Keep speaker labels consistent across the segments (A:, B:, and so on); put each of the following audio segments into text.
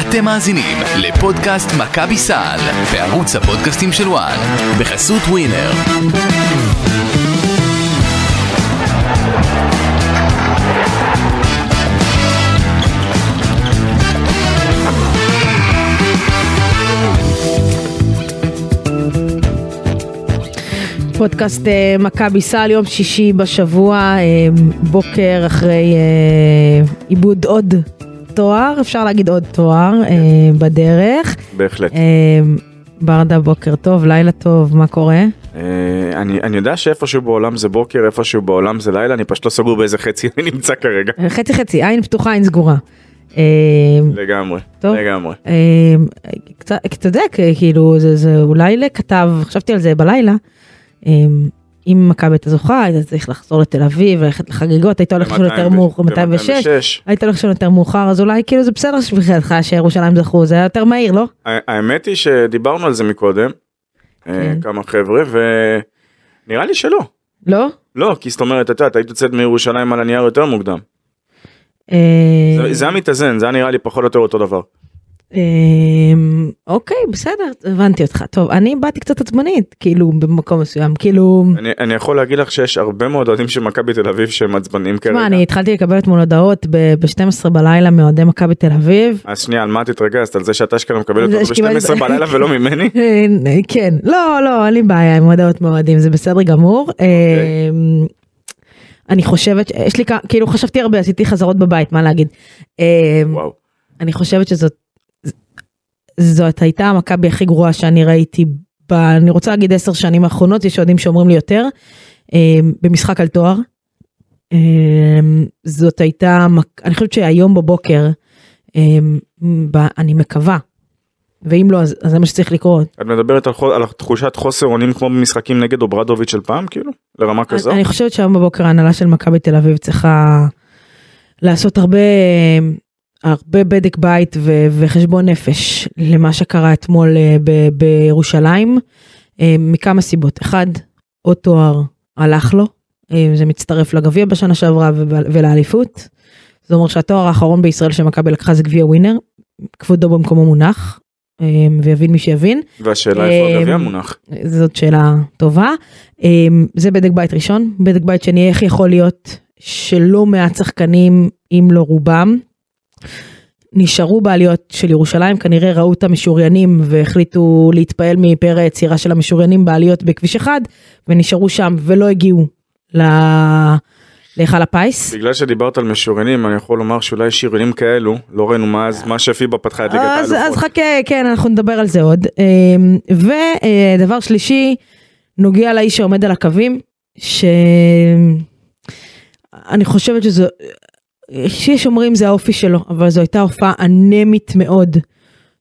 A: אתם מאזינים לפודקאסט מכבי סל בערוץ הפודקאסטים של וואן בחסות ווינר.
B: פודקאסט אה, מכבי סל, יום שישי בשבוע, אה, בוקר אחרי אה, עיבוד עוד תואר, אפשר להגיד עוד תואר אה, בדרך.
C: בהחלט.
B: אה, ברדה, בוקר טוב, לילה טוב, מה קורה?
C: אה, אני, אני יודע שאיפשהו בעולם זה בוקר, איפשהו בעולם זה לילה, אני פשוט לא סגור באיזה חצי אני נמצא כרגע.
B: אה, חצי חצי, עין פתוחה, עין סגורה. אה,
C: לגמרי,
B: טוב.
C: לגמרי.
B: אה, קצת- אתה יודע, כ- כאילו, זה- זה אולי לכתב, חשבתי על זה בלילה. אה, אם מכבי הייתה זוכה, היית צריך לחזור לתל אביב, ללכת לחגיגות, היית הולך לישון יותר מאוחר, 206, היית הולך לישון יותר מאוחר אז אולי כאילו זה בסדר שבחינתך שירושלים זכו זה היה יותר מהיר לא?
C: ה- האמת היא שדיברנו על זה מקודם, אה,
B: כן.
C: כמה חבר'ה, ונראה לי שלא.
B: לא?
C: לא, כי זאת אומרת, את יודעת, היית יוצאת מירושלים על הנייר יותר מוקדם.
B: אה,
C: זה- זה היה מתאזן, זה היה נראה לי פחות או יותר אותו דבר.
B: אה, אוקיי בסדר הבנתי אותך טוב אני באתי קצת עצבנית כאילו במקום מסוים כאילו
C: אני- אני יכול להגיד לך שיש הרבה מאוד אוהדים של מכבי תל אביב שהם עצבניים כרגע.
B: תשמע אני התחלתי לקבל אתמול הודעות ב-12 בלילה מאוהדי מכבי תל אביב.
C: אז אה, שנייה, על מה את התרגזת? על זה שאתה אשכרה
B: על
C: מקבלת
B: זה
C: אותו
B: שקיבלתי-
C: ב-12 בלילה ולא ממני?
B: אה, כן לא לא אין לי בעיה עם הודעות מאוהדים זה בסדר גמור.
C: אוקיי.
B: אה, אני חושבת יש לי כ- כאילו חשבתי הרבה עשיתי חזרות בבית מה להגיד. אה,
C: וואו.
B: אני חושבת שזאת זאת הייתה המכבי הכי גרועה שאני ראיתי ב... אני רוצה להגיד עשר שנים האחרונות יש אוהדים שאומרים לי יותר אה, במשחק על תואר. אה, זאת הייתה מק- אני חושבת שהיום בבוקר אה, ב... אני מקווה. ואם לא אז, אז זה מה שצריך לקרות.
C: את מדברת על, חו- על תחושת חוסר אונים כמו במשחקים נגד אוברדוביץ' של פעם כאילו לרמה כזו?
B: אני, אני חושבת שהיום בבוקר ההנהלה של מכבי תל אביב צריכה לעשות הרבה הרבה בדק בית ו, וחשבון נפש למה שקרה אתמול אה, ב, בירושלים אה, מכמה סיבות אחד עוד תואר הלך לו אה, זה מצטרף לגביע בשנה שעברה וב- ולאליפות. זה אומר שהתואר האחרון בישראל שמכבי לקחה זה גביע ווינר כבודו במקומו מונח אה, ויבין מי שיבין
C: והשאלה איפה
B: אמ,
C: הגביע מונח?
B: זאת שאלה טובה. אמ, זה בדק בית ראשון. בדק בית שני, איך יכול להיות שלא מעט שחקנים, אם לא רובם, נשארו בעליות של ירושלים, כנראה ראו את המשוריינים והחליטו להתפעל מפאר היצירה של המשוריינים בעליות בכביש 1, ונשארו שם ולא הגיעו ל- להיכל הפיס.
C: בגלל שדיברת על משוריינים אני יכול לומר שאולי שוריינים כאלו לא ראינו מאז מה שפיבה פתחה את ליגת
B: אה. אז, אז
C: האלופות.
B: חכה, כן, אנחנו נדבר על זה עוד. אמ, ודבר שלישי, נוגע לאיש שעומד על הקווים, שאני חושבת שזו, שיש אומרים זה האופי שלו, אבל זו הייתה הופעה אנמית מאוד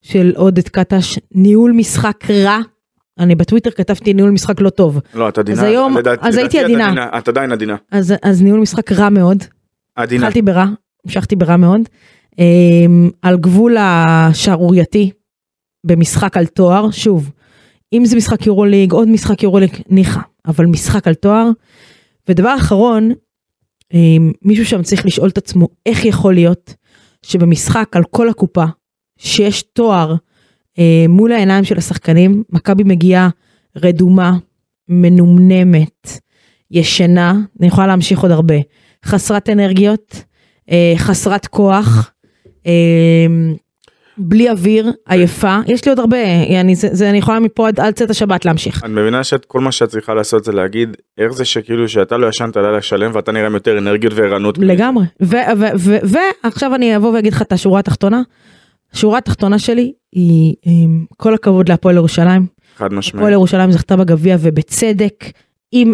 B: של עודד קטש, ניהול משחק רע. אני בטוויטר כתבתי ניהול משחק לא טוב,
C: לא את עדינה.
B: אז היום-
C: לדעת-
B: אז
C: לדעתי
B: הייתי
C: את
B: עדינה.
C: את עדיין עדינה.
B: אז, אז ניהול משחק רע מאוד,
C: עדינה.
B: התחלתי ברע, המשכתי ברע מאוד. אמ, על גבול השערורייתי במשחק על תואר, שוב, אם זה משחק יורוליג, עוד משחק יורוליג, ניחא, אבל משחק על תואר. ודבר אחרון, אמ, מישהו שם צריך לשאול את עצמו איך יכול להיות שבמשחק על כל הקופה, שיש תואר אה, מול העיניים של השחקנים, מכבי מגיעה רדומה, מנומנמת, ישנה, אני יכולה להמשיך עוד הרבה, חסרת אנרגיות, אה, חסרת כוח, אה, בלי אוויר, עייפה, יש לי עוד הרבה, אני, זה, זה, אני יכולה מפה עד, עד צאת השבת להמשיך.
C: את מבינה שאת כל מה שאת צריכה לעשות זה להגיד איך זה שכאילו שאתה לא ישנת לילה שלם ואתה נראה עם יותר אנרגיות וערנות.
B: לגמרי. ו- ו- ו- ועכשיו אני אבוא ואגיד לך את השורה התחתונה. השורה התחתונה שלי היא עם כל הכבוד להפועל ירושלים.
C: חד
B: הפועל
C: משמעית.
B: ירושלים זכתה בגביע ובצדק. אם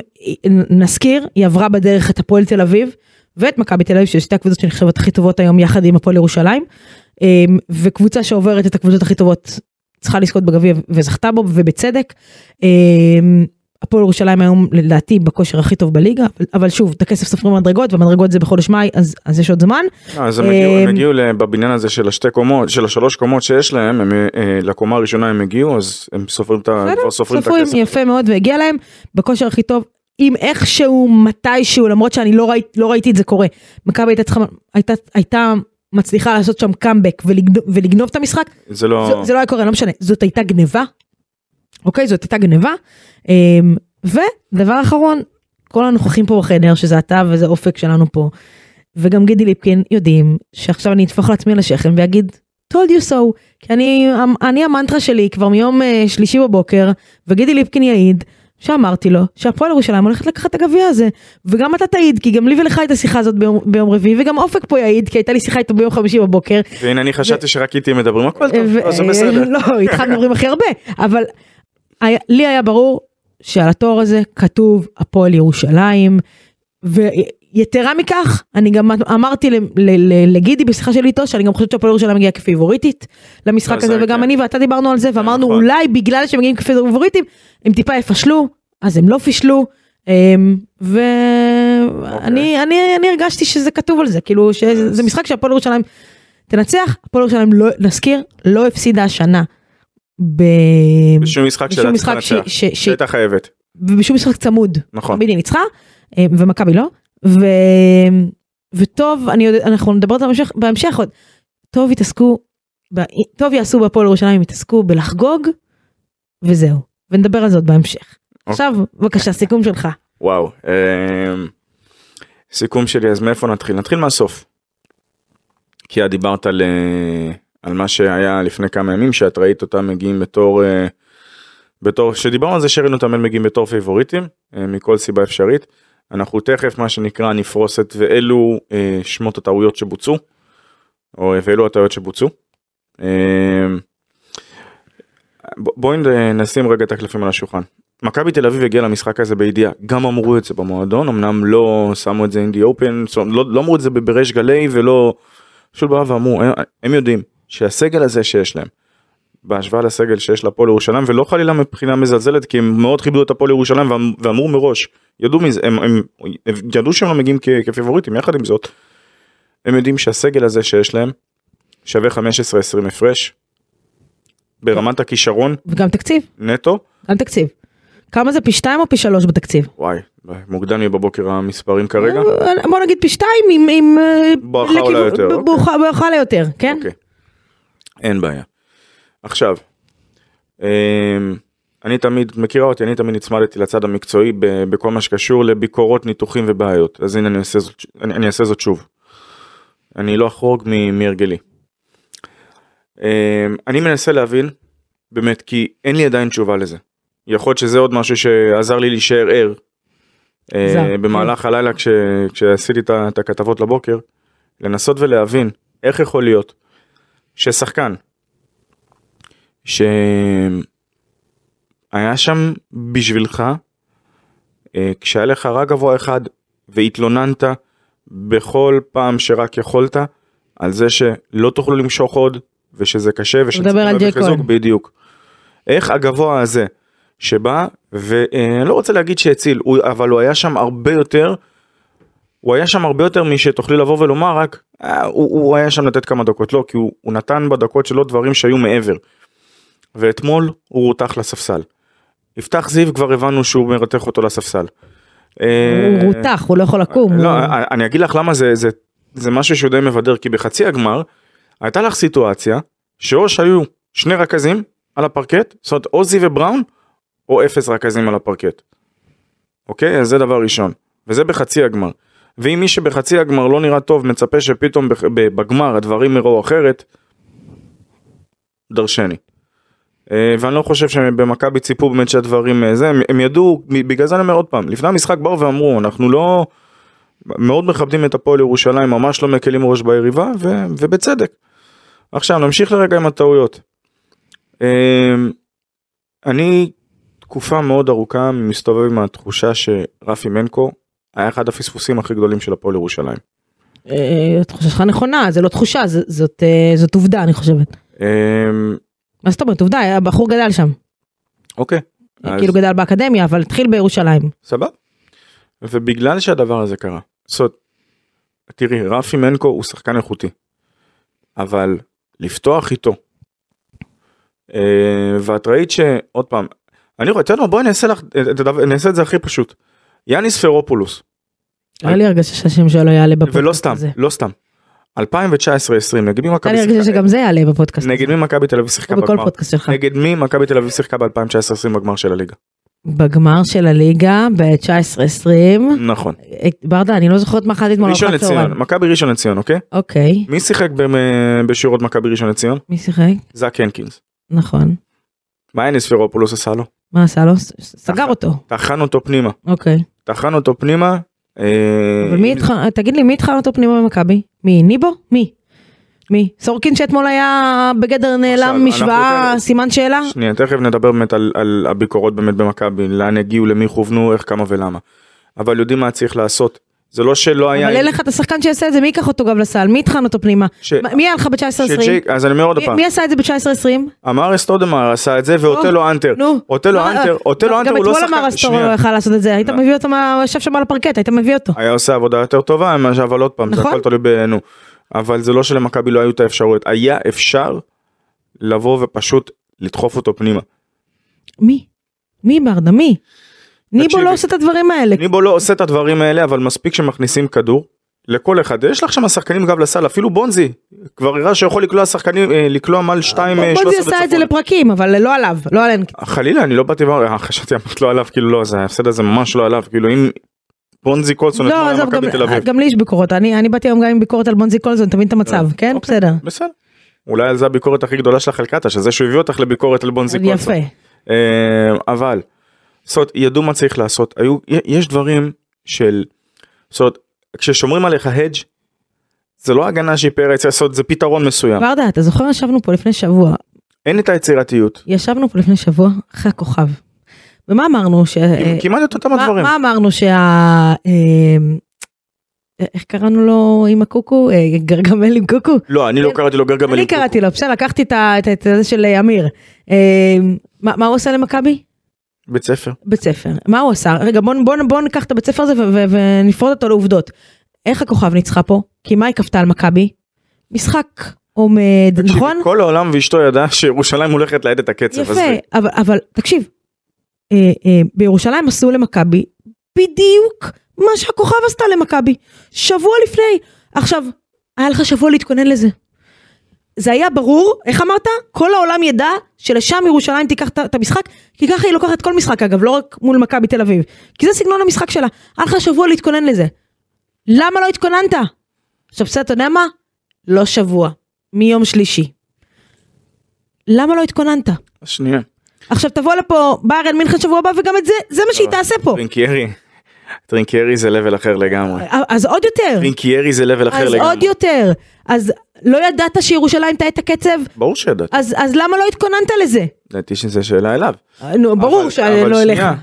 B: נזכיר, היא עברה בדרך את הפועל תל אביב ואת מכבי תל אביב, שהיא שתי הקבוצות שנחשבות הכי טובות היום יחד עם הפועל ירושלים. אמ, וקבוצה שעוברת את הקבוצות הכי טובות צריכה לזכות בגביע וזכתה בו ובצדק. אמ, הפועל ירושלים היום לדעתי בכושר הכי טוב בליגה, אבל- אבל שוב, את הכסף סופרים במדרגות והמדרגות זה בחודש מאי אז, אז יש עוד זמן.
C: לא, אז הם הגיעו- הם
B: אמ,
C: הגיעו ל- בבניין הזה של השתי קומות של השלוש קומות שיש להם הם, אה, לקומה הראשונה הם הגיעו אז הם סופרים את ה-
B: בסדר,
C: כבר סופרים את
B: סופרים
C: הכסף.
B: יפה מאוד והגיע להם בכושר הכי טוב אם איכשהו מתישהו למרות שאני לא, ראית, לא ראיתי את זה קורה מכבי הייתה צריכה הייתה הייתה מצליחה לעשות שם קאמבק ולגנוב, ולגנוב את המשחק,
C: זה לא...
B: זה, זה לא היה קורה, לא משנה, זאת הייתה גניבה, אוקיי? זאת הייתה גניבה. אמ, ודבר אחרון, כל הנוכחים פה בחדר, שזה אתה וזה אופק שלנו פה, וגם גידי ליפקין יודעים שעכשיו אני אטפח לעצמי לשכם ואגיד, told you so, כי אני, אני המנטרה שלי כבר מיום אה, שלישי בבוקר, וגידי ליפקין יעיד. שאמרתי לו שהפועל ירושלים הולכת לקחת את הגביע הזה וגם אתה תעיד כי גם לי ולך הייתה שיחה הזאת ביום, ביום רביעי וגם אופק פה יעיד כי הייתה לי שיחה איתו ביום חמישי בבוקר
C: והנה אני חשבתי שרק איתי מדברים הכל טוב,
B: ו-
C: אז זה בסדר.
B: לא, איתך מדברים הכי הרבה, אבל היה- לי היה ברור שעל התואר הזה כתוב הפועל ירושלים, ויתרה מכך, אני גם אמרתי ל- ל- ל- לגידי בשיחה שלי איתו, שאני גם חושבת שהפועל ירושלים הגיעה כפיבוריטית למשחק
C: אז
B: הזה,
C: זה
B: וגם
C: כן.
B: אני ואתה דיברנו על זה, ואמרנו
C: נכון.
B: אולי בגלל שהם מגיעים כפיבוריטים, הם טיפה יפשלו, אז הם לא פישלו.
C: אוקיי.
B: ואני אני, אני הרגשתי שזה כתוב על זה, כאילו שזה זה משחק שהפועל ירושלים תנצח, הפועל ירושלים לא, נזכיר, לא הפסידה השנה. ב...
C: בשום משחק
B: בשום
C: שלה צריך
B: משחק ש-
C: לנצח.
B: ש- ש-
C: שהייתה חייבת.
B: בשום משחק צמוד.
C: נכון.
B: תמיד היא ניצחה, אה, ומכבי לא. ו... וטוב, אני יודע, אנחנו נדבר על זה בהמשך, בהמשך עוד. טוב יתעסקו, ב... טוב יעשו בהפועל ירושלים, יתעסקו בלחגוג, וזהו. ונדבר על זאת בהמשך.
C: אוקיי.
B: עכשיו, בבקשה, סיכום שלך.
C: וואו. אמ, סיכום שלי אז מאיפה נתחיל? נתחיל מהסוף. כי את דיברת על, אה, על מה שהיה לפני כמה ימים שאת ראית אותם מגיעים בתור אה, בתור שדיברנו על זה שרינו תמל מגיעים בתור פייבוריטים אה, מכל סיבה אפשרית. אנחנו תכף מה שנקרא נפרוס את ואלו אה, שמות הטעויות שבוצעו. או ואלו הטעויות שבוצעו. אה, ב- בואי נ- נשים רגע את הקלפים על השולחן. מכבי תל אביב הגיעה למשחק הזה בידיעה, גם אמרו את זה במועדון, אמנם לא שמו את זה in the open, זאת אומרת, לא, לא אמרו את זה בריש גלי ולא, פשוט באו ואמרו, הם, הם יודעים שהסגל הזה שיש להם, בהשוואה לסגל שיש להפועל ירושלים, ולא חלילה מבחינה מזלזלת, כי הם מאוד כיבדו את הפועל ירושלים ואמ- ואמרו מראש, ידעו מזה, הם, הם, הם ידעו שהם לא מגיעים כ, כפיבוריטים, יחד עם זאת, הם יודעים שהסגל הזה שיש להם שווה 15-20 הפרש, ברמת הכישרון
B: וגם תקציב,
C: נטו,
B: גם תקציב. כמה זה פי שתיים או פי שלוש בתקציב?
C: וואי, מוקדם לי בבוקר המספרים כרגע.
B: אה, בוא נגיד פי שתיים עם... עם אה,
C: ברכה עולה
B: לכיוון-
C: יותר,
B: ב-
C: אוקיי.
B: ברוכה- ברכה עולה יותר, כן?
C: אוקיי. אין בעיה. עכשיו, אמ, אני תמיד, מכירה אותי, אני תמיד נצמדתי לצד המקצועי ב- בכל מה שקשור לביקורות, ניתוחים ובעיות. אז הנה אני אעשה זאת, אני, אני אעשה זאת שוב. אני לא אחרוג מ- מהרגלי. אמ, אני מנסה להבין, באמת, כי אין לי עדיין תשובה לזה. יכול להיות שזה עוד משהו שעזר לי להישאר ער. אה,
B: עזר,
C: במהלך הלילה כש, כשעשיתי את ה- את הכתבות לבוקר, לנסות ולהבין איך יכול להיות ששחקן שהיה שם בשבילך אה, כשהיה לך רק גבוה אחד והתלוננת בכל פעם שרק יכולת על זה שלא תוכלו למשוך עוד ושזה קשה ושצריך
B: מדבר על
C: להביא
B: ג'ק
C: חיזוק,
B: כהן.
C: בדיוק. איך הגבוה הזה שבא ואני לא רוצה להגיד שהציל הוא- אבל הוא היה שם הרבה יותר הוא היה שם הרבה יותר משתוכלי לבוא ולומר רק "אה, הוא, הוא היה שם לתת כמה דקות לא כי הוא, הוא נתן בדקות שלו דברים שהיו מעבר. ואתמול הוא רותח לספסל. יפתח זיו כבר הבנו שהוא מרתך אותו לספסל. אה,
B: הוא רותח, הוא לא יכול לקום.
C: לא,
B: הוא-
C: אני אגיד לך למה זה, זה, זה משהו שהוא די מבדר, כי בחצי הגמר הייתה לך סיטואציה שאו שהיו שני רכזים על הפרקט, זאת אומרת או זיו ובראון או אפס רכזים על הפרקט. אוקיי? אז זה דבר ראשון. וזה בחצי הגמר. ואם מי שבחצי הגמר לא נראה טוב מצפה שפתאום בח- ב- בגמר הדברים יראו אחרת, דרשני. אה, ואני לא חושב שבמכבי ציפו באמת שהדברים אה, זה, הם, הם ידעו, מ- בגלל זה אני אומר עוד פעם, לפני המשחק באו ואמרו, אנחנו לא, מאוד מכבדים את הפועל ירושלים, ממש לא מקלים ראש ביריבה, ו, ובצדק. עכשיו נמשיך לרגע עם הטעויות. אמ, אני תקופה מאוד ארוכה מסתובב עם התחושה שרפי מנקו היה אחד הפספוסים הכי גדולים של הפועל ירושלים.
B: אה, התחושה שלך נכונה, זה לא תחושה, זה- זאת, אה, זאת עובדה אני חושבת.
C: אמ,
B: מה זאת אומרת, עובדה, הבחור גדל שם.
C: אוקיי, אז-
B: כאילו גדל באקדמיה, אבל התחיל בירושלים.
C: סבבה. ובגלל שהדבר הזה קרה, זאת אומרת, תראי, רפי מנקו הוא שחקן איכותי, אבל לפתוח איתו, אה, ואת ראית שעוד פעם, אני רואה, תראו, בואי נעשה לך, אה, את הדבר- נעשה את זה הכי פשוט. יאניס פרופולוס,
B: היה לי הרגשה שהשם שלו יעלה בפודקאסט
C: ולא סתם,
B: הזה.
C: לא סתם. 2019-2020 נגיד מי מכבי
B: אני
C: שיחקה-
B: רגישה שגם זה יעלה בפודקאסט.
C: נגד מי מכבי תל אביב שיחקה
B: או בכל
C: בגמר?
B: פודקאסט שלך.
C: נגד מי מכבי תל אביב שיחקה ב-2019-2020 בגמר של הליגה?
B: בגמר של הליגה ב-19-20.
C: נכון.
B: ברדה, אני לא זוכרת מה אכלתי אתמול
C: ראשון
B: ארוחת
C: לציון,
B: צהריים.
C: מכבי ראשון לציון, אוקיי?
B: אוקיי,
C: מי שיחק במ- בשורות מכבי ראשון לציון?
B: מי שיחק?
C: זאק הנקינס.
B: נכון.
C: מה אנס פרופולוס עשה לו?
B: מה עשה לו? ס- סגר אותו.
C: טחן אותו פנימה.
B: אוקיי.
C: טחן אותו פנימה. אה,
B: אבל מי התחל... תגיד לי, מי התחל אותו פנימה במכבי? מי? ניבו? מי? מי? סורקין שאתמול היה בגדר
C: עכשיו,
B: נעלם,
C: אנחנו
B: משוואה,
C: כאן-
B: סימן שאלה?
C: שנייה, תכף נדבר באמת על, על הביקורות באמת במכבי, לאן הגיעו, למי כוונו, איך, כמה ולמה. אבל יודעים מה צריך לעשות. זה לא שלא היה...
B: אבל אין לך את השחקן שיעשה את זה, מי ייקח אותו גם לסל? מי יטחן אותו פנימה?
C: ש-
B: מה- מי היה לך ב-19-20?
C: שג'יק, אז אני אומר עוד פעם,
B: מי עשה את זה ב-19-20?
C: אמר אסטודמר עשה את זה ואוטלו אנטר,
B: נו.
C: כן. אוטלו
B: מה- אה,
C: אנטר, אוטלו אנטר הוא
B: גם
C: לא
B: אתמול אמר
C: שחקן,
B: הסטורו
C: שנייה,
B: יכל לעשות את זה, היית
C: לא.
B: מביא אותו, מה- הוא ישב שם על הפרקט, היית מביא אותו.
C: היה עושה עבודה יותר טובה, מה ש- אבל עוד פעם, זה
B: נכון.
C: הכל תלוי בנו, אבל זה לא שלמכבי לא היו את האפשרויות, היה אפשר לבוא ופשוט לדחוף אותו פנימה.
B: מי? מי ברדה? מי? ניבו
C: תקשיבי.
B: לא עושה את הדברים האלה.
C: ניבו לא עושה את הדברים האלה, אבל מספיק שמכניסים כדור. לכל אחד יש לך שם שחקנים גב לסל אפילו בונזי כבר הראה שיכול לקלוע שחקנים אה, לקלוע מעל 2
B: בונזי עשה את זה לפרקים, אבל לא עליו, לא עליהם.
C: חלילה אני לא באתי ואומר, אה, חשבתי אמרת לא עליו כאילו לא זה ההפסד הזה ממש לא עליו כאילו אם בונזי קולסון
B: לא,
C: אתמול היה
B: עזוב, גם-
C: מכבי תל אביב.
B: גם לי יש ביקורות, אני אני באתי היום גם עם ביקורת על בונזי קולזון, תבין את המצב, כן?
C: אוקיי.
B: בסדר.
C: בסדר. אולי על זה הביקורת הכי גדולה שלך על קטש, על זה שהוא הביא אותך לביקורת על בונזי קולסון.
B: יפה.
C: אה, אבל, זאת אומרת, ידעו מה צריך לעשות, היו, י- יש דברים של, זאת אומרת, כששומרים עליך הדג' זה לא הגנה שהיא פרץ, זאת אומרת, זה פתרון מסוים.
B: ורדה, אתה זוכר ישבנו פה לפני שבוע,
C: אין את היצירתיות.
B: ישבנו פה לפני שבוע אחרי הכוכב. ומה אמרנו? ש-
C: כאילו,
B: אה,
C: כמעט את אותם
B: מה-
C: הדברים.
B: מה אמרנו שה... אה, איך קראנו לו עם הקוקו? אה, גרגמל עם קוקו?
C: לא, אני לא קראתי לו גרגמל.
B: אה, אני
C: עם קוקו.
B: קראתי לו, בסדר, לקחתי את ה- את ה- את זה של אה, אמיר. אה, מה מה הוא עושה למכבי?
C: בית ספר.
B: בית ספר. מה הוא עשה? רגע, בוא, בוא, בוא ניקח את הבית ספר הזה ו- ו- ונפרוט אותו לעובדות. איך הכוכב ניצחה פה? כי מה היא כפתה על מכבי? משחק עומד,
C: תקשיבי,
B: נכון?
C: כל העולם ואשתו ידע שירושלים הולכת לעד את הקצב.
B: יפה,
C: עזבי.
B: אבל, אבל תקשיב, אה, אה, בירושלים עשו למכבי בדיוק מה שהכוכב עשתה למכבי, שבוע לפני. עכשיו, היה לך שבוע להתכונן לזה. זה היה ברור, איך אמרת? כל העולם ידע שלשם ירושלים תיקח את- את המשחק, כי ככה היא לוקחת כל משחק אגב, לא רק מול מכבי תל אביב. כי זה סגנון המשחק שלה. היה לך שבוע להתכונן לזה. למה לא התכוננת? עכשיו בסדר, אתה יודע מה? לא שבוע, מיום שלישי. למה לא התכוננת?
C: שנייה.
B: עכשיו תבוא לפה ביירן מינכן שבוע הבא וגם את זה, זה מה שהיא
C: לא,
B: תעשה פה.
C: טרינקיירי. טרינקיירי זה לבל אחר לגמרי.
B: אז עוד יותר,
C: טרינקיירי זה לבל אחר
B: אה, אז
C: לגמרי.
B: עוד יותר. אז לא ידעת שירושלים תהיה את הקצב?
C: ברור שידעתי.
B: אז אז למה לא התכוננת לזה?
C: לדעתי שזו שאלה אליו.
B: נו,
C: אבל-
B: ברור לא
C: אבל
B: שלא אליך.
C: שנייה.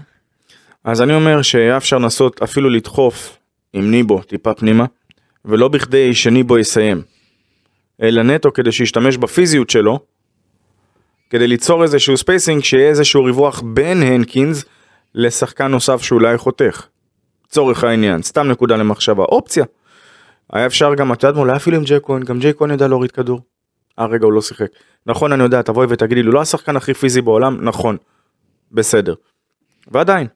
C: אז אני אומר שהיה אפשר לנסות אפילו לדחוף עם ניבו טיפה פנימה, ולא בכדי שניבו יסיים, אלא נטו כדי שישתמש בפיזיות שלו, כדי ליצור איזשהו ספייסינג, שיהיה איזשהו ריווח בין הנקינס לשחקן נוסף שאולי חותך. לצורך העניין, סתם נקודה למחשבה, אופציה. היה אפשר גם, את יודעת מה, אולי אפילו עם ג'ק כהן, גם ג'ק כהן ידע להוריד כדור. אה רגע הוא לא שיחק. נכון אני יודע, תבואי ותגידי לי, הוא לא השחקן הכי פיזי בעולם, נכון. בסדר. ועדיין.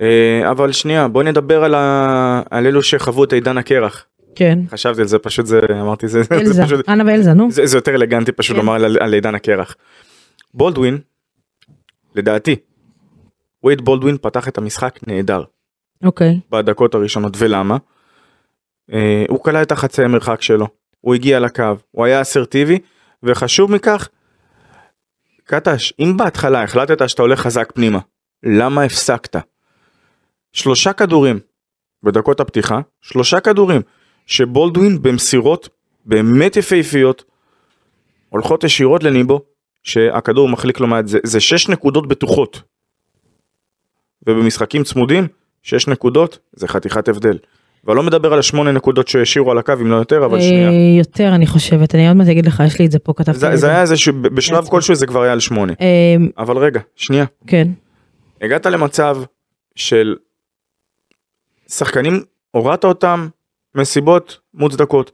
C: אה, אבל שנייה, בואי נדבר על, ה... על אלו שחוו את עידן הקרח.
B: כן.
C: חשבתי על זה, פשוט זה, אמרתי זה, זה,
B: אלזה,
C: פשוט,
B: אנה ואלזה, נו.
C: זה, זה יותר אלגנטי פשוט
B: כן.
C: לומר על, על עידן הקרח. בולדווין, לדעתי, וייד בולדווין פתח את המשחק נהדר.
B: אוקיי.
C: בדקות הראשונות ולמה. אה, הוא כלל את החצי המרחק שלו, הוא הגיע לקו, הוא היה אסרטיבי, וחשוב מכך, קטש, אם בהתחלה החלטת שאתה הולך חזק פנימה, למה הפסקת? שלושה כדורים בדקות הפתיחה, שלושה כדורים שבולדווין במסירות באמת יפהפיות הולכות ישירות לניבו, שהכדור מחליק לו מעט, זה, זה שש נקודות בטוחות. ובמשחקים צמודים, שש נקודות זה חתיכת הבדל. ואני לא מדבר על השמונה נקודות שהשאירו על הקו אם לא יותר אבל שנייה.
B: אה, יותר אני חושבת, אני עוד מעט אגיד לך, יש לי את זה פה, כתבתי.
C: זה,
B: לי את
C: זה
B: זה.
C: היה איזה שבשלב
B: לעצמי.
C: כלשהו זה כבר היה על שמונה.
B: אה,
C: אבל רגע, שנייה.
B: כן.
C: הגעת למצב של שחקנים, הורדת אותם מסיבות מוצדקות.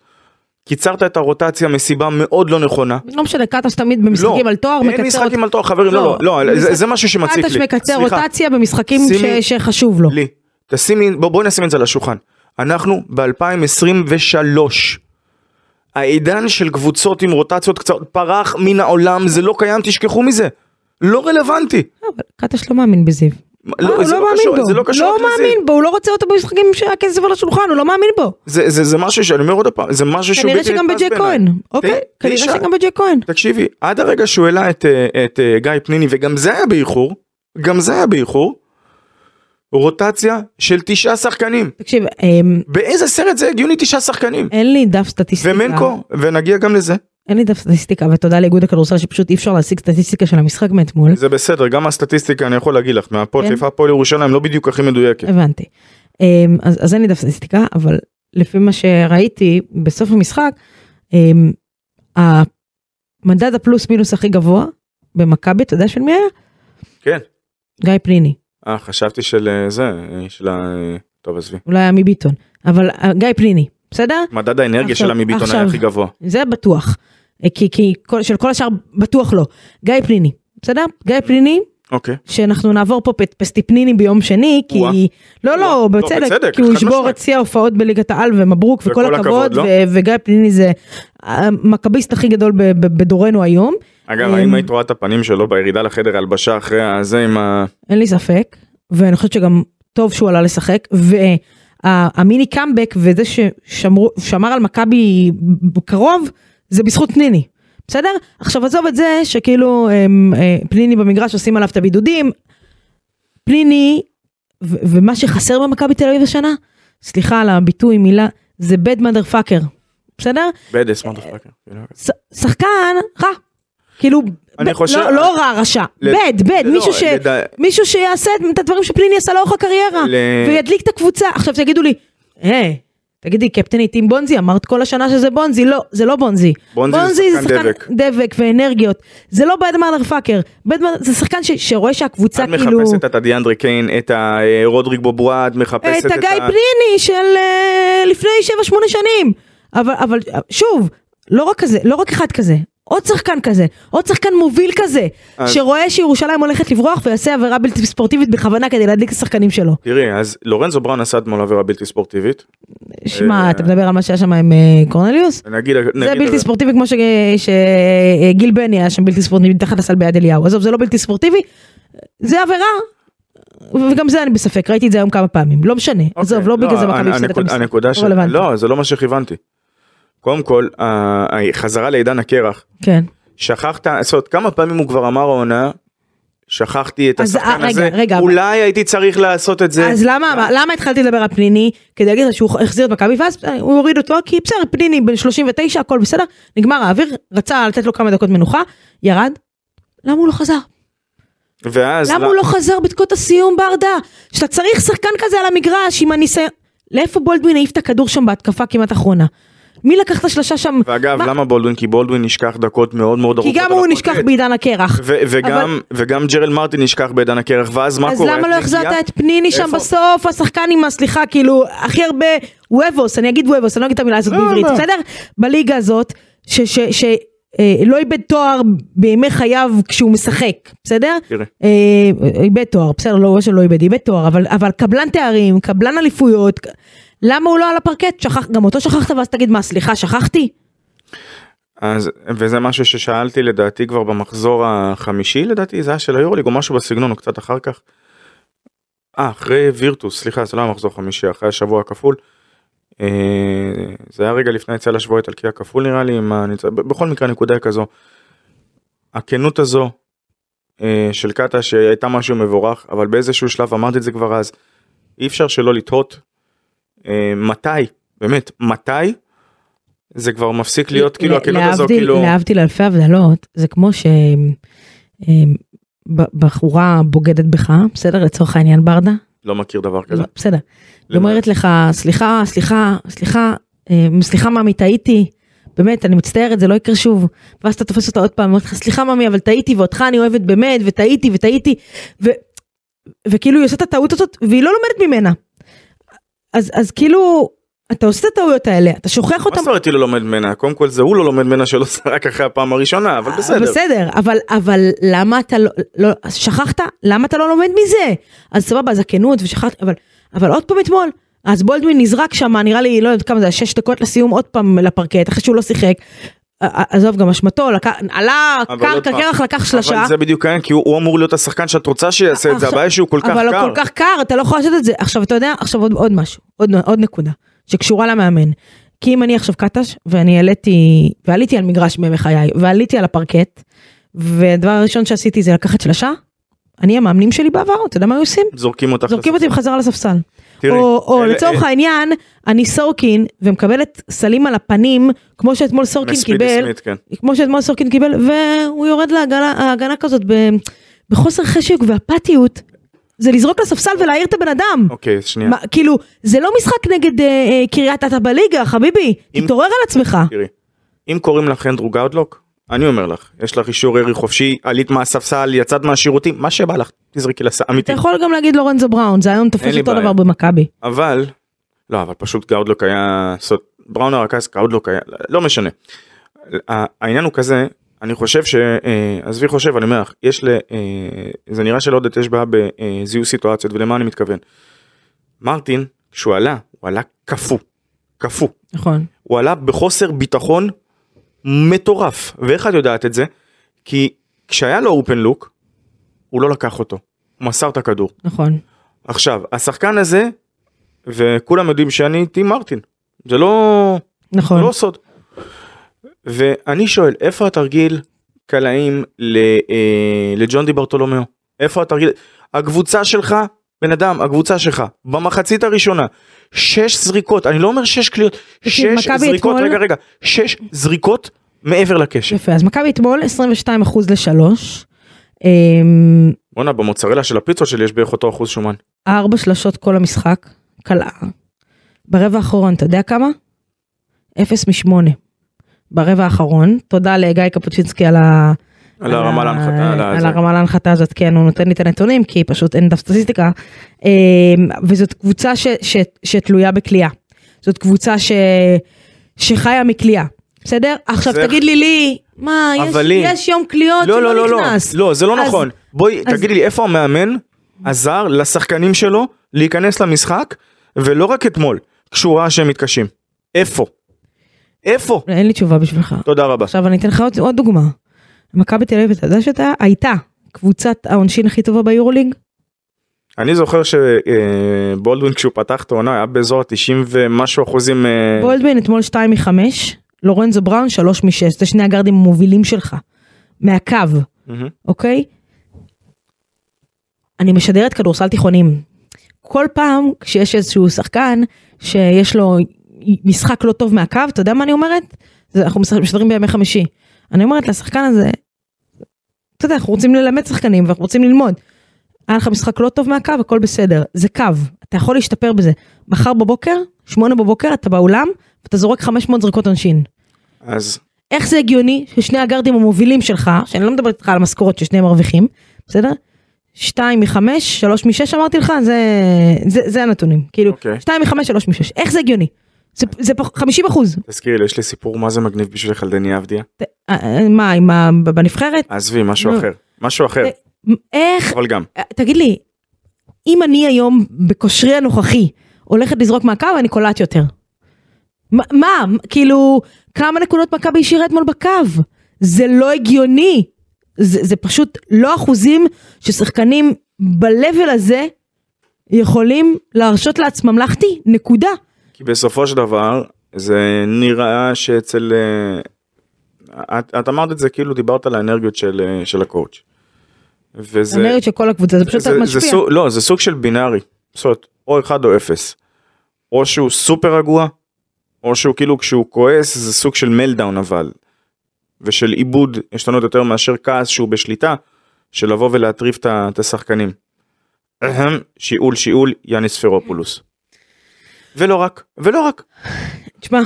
C: קיצרת את הרוטציה מסיבה מאוד לא נכונה.
B: לא משנה, קטש תמיד במשחקים על תואר,
C: לא. אין
B: מקצר
C: משחקים על תואר חברים, לא, לא, לא, זה- זה משהו שמציק לי.
B: קטש מקצר
C: סליחה.
B: רוטציה במשחקים
C: שימי-
B: ש- שחשוב לו.
C: לי. תשימי, בוא, בואי נשים את זה על השולחן. אנחנו ב-2023. העידן של קבוצות עם רוטציות קצרות פרח מן העולם, זה לא קיים, תשכחו מזה. לא רלוונטי.
B: אבל קטש לא מאמין בזיו. אה, הוא
C: זה
B: לא מאמין
C: קשור-
B: בו.
C: זה לא קשור רק לזה.
B: מאמין בו, הוא לא רוצה אותו במשחקים שהכסף על השולחן, הוא לא מאמין בו.
C: זה, זה, זה משהו שאני אומר עוד פעם, זה משהו שהוא
B: כנראה
C: בלתי
B: שגם
C: נתפס
B: בג'ק
C: בעיניי.
B: כהן, אוקיי?
C: ת-
B: כנראה
C: תשע-
B: שגם בג'ק כהן.
C: תקשיבי, עד הרגע שהוא העלה את, אה, את אה, גיא פניני, וגם זה היה באיחור, גם זה היה באיחור, רוטציה של תשעה שחקנים.
B: תקשיב, אמ,
C: באיזה סרט זה הגיוני תשעה שחקנים?
B: אין לי דף סטטיסטיקה.
C: ומנקו, ונגיע גם לזה.
B: אין לי דף סטטיסטיקה, ותודה לאיגוד הכדורסל שפשוט אי אפשר להשיג סטטיסטיקה של המשחק מאתמול.
C: זה בסדר, גם הסטטיסטיקה אני יכול להגיד לך, מהפועל
B: כן.
C: חיפה, הפועל ירושלים, לא בדיוק הכי מדויקת.
B: הבנתי. אמ, אז אז אין לי דף סטטיסטיקה, אבל לפי מה שראיתי בסוף המשחק, אמ, המדד הפלוס מינוס הכי גבוה במכבי, אתה יודע של מי היה?
C: כן.
B: גיא פניני.
C: אה, חשבתי של אה, זה, אה, של ה... אה, טוב, עזבי.
B: אולי עמי ביטון, אבל אה, גיא פניני, בסדר?
C: מדד האנרגיה
B: עכשיו-
C: של עמי ביטון היה
B: עכשיו-
C: הכי גבוה.
B: זה בטוח. אה, כי, כי כל, של כל השאר בטוח לא. גיא פניני, בסדר? גיא פניני,
C: אוקיי.
B: שאנחנו נעבור פה פ- פסטיפנינים ביום שני, כי...
C: וואה.
B: לא, לא,
C: לא,
B: בצדק,
C: בצדק,
B: כי הוא
C: חד
B: ישבור
C: משמעית.
B: את שיא ההופעות בליגת העל ומברוק וכל,
C: וכל
B: הכבוד,
C: הכבוד, לא?
B: ו- וגיא פניני זה אה, המכביסט הכי גדול ב- ב- בדורנו היום,
C: אגב,
B: אמ,
C: האם היית רואה את הפנים שלו בירידה לחדר ההלבשה אחרי הזה עם ה...
B: אין לי ספק, ואני חושבת שגם טוב שהוא עלה לשחק, והמיני קאמבק וזה ששמר על מכבי קרוב, זה בזכות פניני. בסדר? עכשיו עזוב את זה שכאילו הם, אה, פניני במגרש עושים עליו את הבידודים. פניני, ו- ומה שחסר במכבי תל אביב השנה, סליחה על הביטוי מילה, זה bad mother fucker. בסדר?
C: בדס, מה אתה פאקר?
B: ש- שחקן רע. כאילו,
C: אני
B: ב-
C: חושב-
B: לא, לא רע רשע,
C: ל-
B: בד, בד,
C: לא,
B: מישהו, ש...
C: לדע-
B: מישהו שיעשה את- את הדברים שפליני עשה לאורך הקריירה,
C: ל-
B: וידליק את הקבוצה. עכשיו תגידו לי, היי, תגידי, קפטנית עם בונזי, אמרת כל השנה שזה בונזי, לא, זה לא בונזי.
C: בונזי זה שחקן דבק.
B: דבק ואנרגיות, זה לא בד מאדר פאקר, זה שחקן ש... שרואה שהקבוצה
C: את
B: כאילו,
C: מחפשת את הדיאנדרי קיין, את הרודריג בובואה, את מחפשת
B: את הגיא
C: ה-
B: פניני של אה, לפני 7-8 שנים. אבל, אבל שוב, לא רק כזה, לא רק אחד כזה, עוד שחקן כזה, עוד שחקן מוביל כזה,
C: אז-
B: שרואה שירושלים הולכת לברוח ויעשה עבירה בלתי ספורטיבית בכוונה כדי להדליק את השחקנים שלו.
C: תראי, אז לורנזו בראון עשה אתמול עבירה בלתי ספורטיבית.
B: שמע,
C: אה,
B: אתה מדבר על מה שהיה שם עם אה, קורנליוס?
C: נגיד...
B: זה
C: נגיד-
B: בלתי ספורטיבי כמו שגיל בני היה שם בלתי ספורטיבי מתחת לסל ביד אליהו. עזוב, זה לא בלתי ספורטיבי, זה עבירה. וגם זה אני בספק, ראיתי את זה היום כמה פעמים, לא משנה,
C: אוקיי,
B: עזוב, לא בגלל זה מכבי
C: הנ-
B: הפסידה את
C: הנקוד-
B: המשחק,
C: הנקודה
B: לא
C: של...
B: רלוונטי.
C: לא, זה לא מה שכיוונתי. קודם כל, ה- חזרה לעידן הקרח.
B: כן.
C: שכחת, זאת אומרת, כמה פעמים הוא כבר אמר העונה, שכחתי את
B: אז, אה,
C: השחקן
B: רגע,
C: הזה,
B: רגע, אבל-
C: אולי הייתי צריך לעשות את זה. אה.
B: אז למה, למה התחלתי לדבר על פניני? כדי להגיד לך שהוא החזיר את מכבי ואז אה, הוא הוריד אותו, כי בסדר, פניני בן 39, הכל בסדר, נגמר האוויר, רצה לתת לו כמה דקות מנוחה, ירד. למה הוא לא חזר?
C: ואז...
B: למה הוא לא חזר בדקות הסיום ברדה? שאתה צריך שחקן כזה על המגרש עם הניסיון... לאיפה בולדווין העיף את הכדור שם בהתקפה כמעט אחרונה? מי לקח את השלשה שם?
C: ואגב,
B: מה-
C: למה בולדווין? כי בולדווין נשכח דקות מאוד מאוד
B: כי
C: ארוכות.
B: גם
C: על
B: הוא
C: הפרקט.
B: נשכח בעידן הקרח.
C: ו- וגם, וגם ג'רל מרטין נשכח בעידן הקרח, ואז מה
B: אז
C: קורה?
B: למה לא
C: את מגיעה-
B: החזרת את פניני שם
C: איפה?
B: בסוף? השחקן עם הסליחה, כאילו, הכי הרבה וובוס, אני אגיד וובוס, אני לא אגיד את המילה הזאת
C: לא,
B: בעברית,
C: לא.
B: בסדר? בליגה הזאת, שלא אה, לא איבד תואר בימי חייו כשהוא משחק, בסדר?
C: תראה.
B: אה, איבד תואר, בסדר, לא שלא איבד, איבד תואר, אבל- אבל קבלן תארים, קבלן אליפויות, למה הוא לא על הפרקט? שכח, גם אותו שכחת ואז תגיד מה, סליחה, שכחתי?
C: אז, וזה משהו ששאלתי לדעתי כבר במחזור החמישי לדעתי, זה היה של היורוליג או משהו בסגנון או קצת אחר כך. אה, אחרי וירטוס, סליחה, זה לא היה מחזור חמישי, אחרי השבוע הכפול. אה, זה היה רגע לפני היציאה לשבועית על קי הכפול נראה לי, עם הניצ... ב- בכל מקרה הנקודה היא כזו. הכנות הזו אה, של קאטה שהייתה משהו מבורך, אבל באיזשהו שלב אמרתי את זה כבר אז, אי אפשר שלא לתהות. אה, מתי, באמת, מתי? זה כבר מפסיק להיות כאילו
B: ל-
C: הכנות הזו
B: להבדיל-
C: כאילו
B: להבדיל אלפי הבדלות, זה כמו ש- אמ, ב- בחורה בוגדת בך, בסדר? לצורך העניין ברדה?
C: לא מכיר דבר כזה.
B: בסדר. היא
C: למה?
B: אומרת לך, סליחה, סליחה, סליחה, אמ, סליחה ממי, טעיתי. באמת, אני מצטערת, זה לא יקרה שוב. ואז אתה תופס אותה עוד פעם, אומרת לך, סליחה ממי, אבל טעיתי, ואותך אני אוהבת באמת, וטעיתי, וטעיתי. ו... וכאילו היא עושה את הטעות הזאת, והיא לא לומדת ממנה. אז, אז כאילו, אתה עושה את הטעויות האלה, אתה שוכח
C: מה
B: אותן
C: זאת אומרת היא לא לומד ממנה? קודם כל זה הוא לא לומד ממנה שלא זרק אחרי הפעם הראשונה, אבל בסדר.
B: בסדר, אה, אבל, אבל למה אתה לא, לא, אז שכחת? למה אתה לא לומד מזה? אז סבבה, אז הכנות ושכחת, אבל, אבל עוד פעם אתמול, אז בולדווין נזרק שם, נראה לי, לא יודעת כמה זה, היה, שש דקות לסיום, עוד פעם לפרקט, אחרי שהוא לא שיחק. א- א- עזוב, גם אשמתו, לקח- עלה
C: אבל עוד
B: קרקע
C: פעם,
B: קרח, לקח שלושה.
C: אבל זה בדיוק העניין, כי הוא הוא אמור להיות השחקן שאת רוצה שיעשה את זה,
B: עכשיו-
C: הבעיה שהוא כל כך
B: אה, אבל
C: קר.
B: אבל כל כך קר, אתה לא יכול לעשות את זה. עכשיו, אתה יודע, עכשיו עוד, עוד משהו, עוד, עוד נקודה, שקשורה למאמן. כי אם אני עכשיו קטש, ואני העליתי, ועליתי על מגרש בימי חיי, ועליתי על הפרקט, והדבר הראשון שעשיתי זה לקחת שלשה, אני המאמנים שלי בעבר, אתה יודע מה היו עושים?
C: זורקים אותך.
B: זורקים אותי בחזרה לספסל.
C: תראי,
B: או, או
C: אלה-
B: לצורך
C: אלה-
B: העניין, אני סורקין ומקבלת סלים על הפנים, כמו שאתמול סורקין
C: מספידי
B: קיבל,
C: סמית, כן.
B: כמו שאתמול סורקין קיבל, והוא יורד להגנה כזאת ב, בחוסר חשק ואפתיות. זה לזרוק לספסל ולהעיר את הבן אדם.
C: אוקיי, שנייה.
B: מה, כאילו, זה לא משחק נגד אה, אה, קריית אתא בליגה, חביבי,
C: אם-
B: תתעורר על עצמך.
C: תראי, אם קוראים לך אנדרו גאודלוק, אני אומר לך, יש לך אישור ערי חופשי, עלית מהספסל, יצאת מהשירותים, מה שבא לך, תזרקי לסל,
B: אתה
C: אמיתי.
B: יכול גם להגיד לורנזו בראון, זה היום
C: אין
B: תופס
C: לי
B: אותו
C: בעיה.
B: דבר במכבי.
C: אבל, לא, אבל פשוט גאודלוק היה, זאת, בראון הרכז, גאודלוק היה, לא משנה. ה- העניין הוא כזה, אני חושב ש... אה, עזבי חושב, אני אומר לך, יש ל... אה, זה נראה שלעודד יש בעיה בזיהוי סיטואציות, ולמה אני מתכוון. מרטין, כשהוא עלה, הוא עלה קפוא, קפוא.
B: נכון.
C: הוא עלה בחוסר ביטחון מטורף. ואיך את יודעת את זה? כי כשהיה לו אופן לוק, הוא לא לקח אותו. הוא מסר את הכדור.
B: נכון.
C: עכשיו, השחקן הזה, וכולם יודעים שאני טים מרטין. זה לא...
B: נכון.
C: לא סוד. ואני שואל, איפה התרגיל קלעים ל- אה, לג'ון די ברטולומיאו? איפה התרגיל? הקבוצה שלך, בן אדם, הקבוצה שלך, במחצית הראשונה, שש זריקות, אני לא אומר שש קליעות,
B: תקשיב,
C: שש
B: מכבי
C: זריקות,
B: אתמול-
C: רגע, רגע, שש זריקות מעבר לקשת.
B: יפה, אז מכבי אתמול 22 אחוז לשלוש. אמ,
C: בואנה, במוצרלה של הפיצות שלי יש בערך אותו אחוז שומן.
B: ארבע שלשות כל המשחק, קלעה. ברבע האחרון, אתה יודע כמה? אפס משמונה. ברבע האחרון, תודה לגיא קפוצ'ינסקי על ה...
C: על הרמה להנחתה, על ה-
B: אה, על
C: זה.
B: הרמה להנחתה הזאת, כן, הוא נותן לי את הנתונים, כי פשוט אין דף סטטיסטיקה. אמ, וזאת קבוצה ש, ש, שתלויה בכלייה. זאת קבוצה ש, שחיה מכלייה, בסדר? עכשיו
C: זה-
B: תגיד לי, לי, מה, יש,
C: אבל לי-
B: יש יום קליעות
C: לא,
B: שלא
C: לא, לא, לא,
B: נכנס.
C: לא, זה לא
B: אז-
C: נכון. בואי,
B: אז-
C: תגידי לי, איפה המאמן עזר לשחקנים שלו להיכנס למשחק, ולא רק אתמול, כשהוא ראה שהם מתקשים? איפה? איפה?
B: אין לי תשובה בשבילך.
C: תודה רבה.
B: עכשיו אני אתן לך עוד, עוד דוגמה. מכבי תל אביב, אתה יודע שאתה הייתה קבוצת העונשין הכי טובה ביורוליג?
C: אני זוכר שבולדווין כשהוא פתח את העונה היה באזור ה-90 ומשהו אחוזים... אה,
B: בולדווין אתמול 2 מ-5, לורנזו בראון 3 מ-6, זה שני הגארדים המובילים שלך, מהקו,
C: מהמם.
B: אוקיי? אני משדרת כדורסל תיכונים. כל פעם כשיש איזשהו שחקן שיש לו משחק לא טוב מהקו, אתה יודע מה אני אומרת? זה, אנחנו משדרים בימי חמישי. אני אומרת לשחקן הזה, אתה יודע, אנחנו רוצים ללמד שחקנים ואנחנו רוצים ללמוד. היה לך משחק לא טוב מהקו, הכל בסדר. זה קו, אתה יכול להשתפר בזה. מחר בבוקר, שמונה בבוקר, אתה באולם, ואתה זורק 500 זריקות עונשין.
C: אז
B: איך זה הגיוני ששני הגארדים המובילים שלך, שאני לא מדברת איתך על המשכורת ששניהם מרוויחים, בסדר? שתיים מחמש, שלוש משש אמרתי לך, זה, זה, זה הנתונים. כאילו,
C: אוקיי.
B: שתיים מחמש, שלוש משש. איך זה הגיוני? זה, זה פח- 50 אחוז.
C: תזכירי לי, יש לי סיפור מה זה מגניב בשבילך על דני אבדיה.
B: ת- אה, אה, מה, עם ה... בנבחרת?
C: עזבי, משהו
B: לא.
C: אחר. משהו אחר,
B: איך
C: אבל גם.
B: תגיד לי, אם אני היום בכושרי הנוכחי הולכת לזרוק מהקו, אני קולעת יותר. מה, מה, כאילו, כמה נקודות מכבי השאירה אתמול בקו? זה לא הגיוני. זה, זה פשוט לא אחוזים ששחקנים ב-level הזה יכולים להרשות לעצמם לחטיא, נקודה.
C: כי בסופו של דבר זה נראה שאצל אה, את, את אמרת את זה כאילו דיברת על האנרגיות של, אה, של הקואוצ' וזה
B: זה נראה שכל הקבוצה, זה פשוט
C: זה, זה
B: משפיע.
C: סוג, לא זה סוג של בינארי זאת אומרת, או אחד או אפס או שהוא סופר רגוע או שהוא כאילו כשהוא כועס זה סוג של מלדאון אבל ושל עיבוד עשתונות יותר מאשר כעס שהוא בשליטה של לבוא ולהטריף את ה- את השחקנים. אהם, שיעול שיעול יאניס פרופולוס. ולא רק ולא רק
B: תשמע,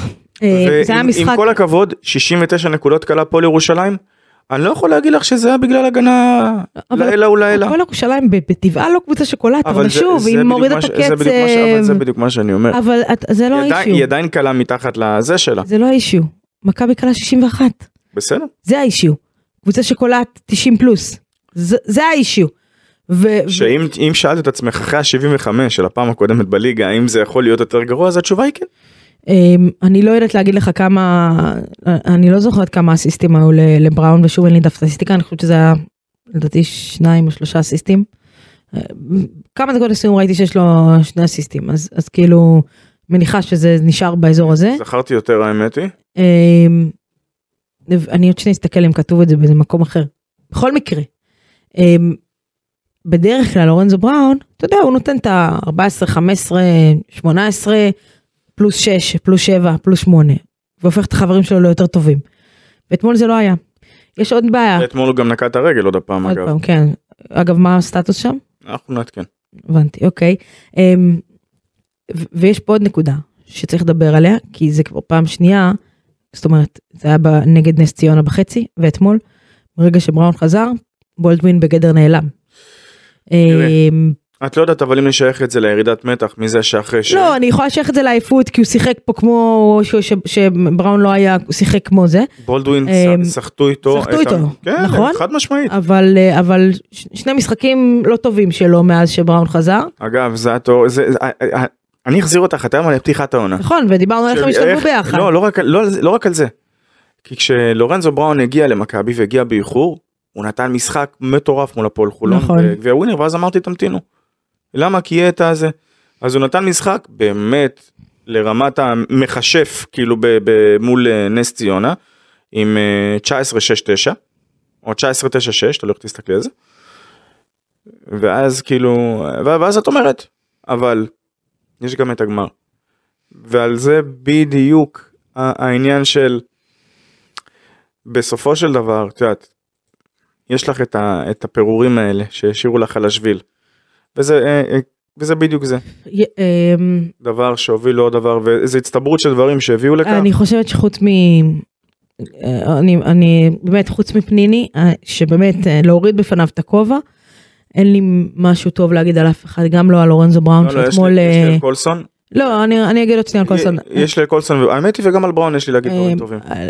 B: אה, זה היה
C: ועם עם
B: משחק,
C: כל הכבוד 69 נקודות קלה פה לירושלים אני לא יכול להגיד לך שזה היה בגלל הגנה
B: אבל-
C: לעילא ולעילא.
B: כל ירושלים ב- בטבעה לא קבוצה שקולעת, אבל
C: זה-
B: שוב,
C: זה
B: היא
C: בדיוק
B: מורידה
C: מה
B: את
C: ש- זה בדיוק מה ש- אבל זה
B: הקצב,
C: בדיוק מה שאני אומר.
B: אבל את- זה לא
C: היא עדיין-
B: האישיו.
C: היא עדיין קלה מתחת לזה שלה
B: זה לא האישיו. מכבי קלה 61.
C: בסדר
B: זה האישיו. קבוצה שקולעת 90 פלוס. זה, זה האישיו. ו-
C: שאם אם שאלת את עצמך אחרי ה-75 של הפעם הקודמת בליגה האם זה יכול להיות יותר גרוע אז התשובה היא כן.
B: אמ, אני לא יודעת להגיד לך כמה, אני לא זוכרת כמה אסיסטים היו ל- לבראון ושוב אין לי דף סטטיסטיקה, אני חושבת שזה היה לדעתי שניים או שלושה אסיסטים. אמ, כמה דקות לסיום ראיתי שיש לו שני אסיסטים, אז, אז כאילו מניחה שזה נשאר באזור הזה.
C: זכרתי יותר האמת היא.
B: אמ, אני עוד שנייה אסתכל אם כתוב את זה באיזה מקום אחר. בכל מקרה, אמ, בדרך כלל לורנזו בראון, אתה יודע, הוא נותן את ה-14, 15, 18, פלוס 6, פלוס 7, פלוס 8, והופך את החברים שלו ליותר טובים. ואתמול זה לא היה. יש עוד בעיה.
C: אתמול הוא גם נקע את הרגל עוד הפעם
B: אה. עוד
C: אגב.
B: פעם, כן. אגב, מה הסטטוס שם?
C: אנחנו נעדכן.
B: הבנתי, אוקיי. אמ, ו- ויש פה עוד נקודה שצריך לדבר עליה, כי זה כבר פעם שנייה, זאת אומרת, זה היה ב- נגד נס ציונה בחצי, ואתמול, ברגע שבראון חזר, בולדווין בגדר נעלם.
C: תראה.
B: אמ,
C: את לא יודעת אבל אם נשייך את זה לירידת מתח מזה שאחרי ש...
B: לא, אני יכולה לשייך את זה לעייפות, כי הוא שיחק פה כמו, ש- ש- שבראון לא היה, הוא שיחק כמו זה,
C: בולדווין
B: אמ,
C: סחטו איתו.
B: סחטו
C: את ה-
B: איתו,
C: כן,
B: נכון?
C: חד משמעית.
B: אבל, אה, אבל ש- שני משחקים לא טובים שלו מאז שבראון חזר.
C: אגב זה התור... זה- זה- אה, אה, אני אחזיר אותך אתה לפתיחת העונה.
B: נכון, ודיברנו על איך הם
C: של-
B: השתלבו ביחד.
C: לא, לא רק, על- לא, על זה- לא רק על זה. כי כשלורנזו בראון הגיע למכבי והגיע באיחור, הוא נתן משחק מטורף מול הפועל חולון.
B: נכון.
C: וגביע ווינר, ואז אמרתי תמתינו. למה? כי יהיה את הזה. אז הוא נתן משחק באמת לרמת המכשף, כאילו ב, ב, מול אה, נס ציונה, עם אה, 19-6-9, או 19-9-6, תלוי איך תסתכלי על זה. ואז כאילו, ו- ואז את אומרת, אבל יש גם את הגמר. ועל זה בדיוק ה- העניין של בסופו של דבר, את יודעת, יש לך את, ה, את הפירורים האלה שהשאירו לך על השביל. וזה, אה, אה, וזה בדיוק זה,
B: י- אמ,
C: דבר שהוביל לעוד דבר, וזו הצטברות של דברים שהביאו לכך.
B: אה, אני חושבת שחוץ מ... אה, אני, אני באמת חוץ מפניני אה, שבאמת אה, להוריד בפניו את הכובע אין לי משהו טוב להגיד על אף אחד גם לא על אורנזו בראון
C: לא, לא, יש
B: שאתמול
C: לי- יש לי
B: אה,
C: על קולסון,
B: לא אני, אני אגיד עוד שנייה על קולסון.
C: יש לי על קולסון, והאמת היא וגם על בראון יש לי להגיד דברים
B: אה,
C: טובים.
B: אה,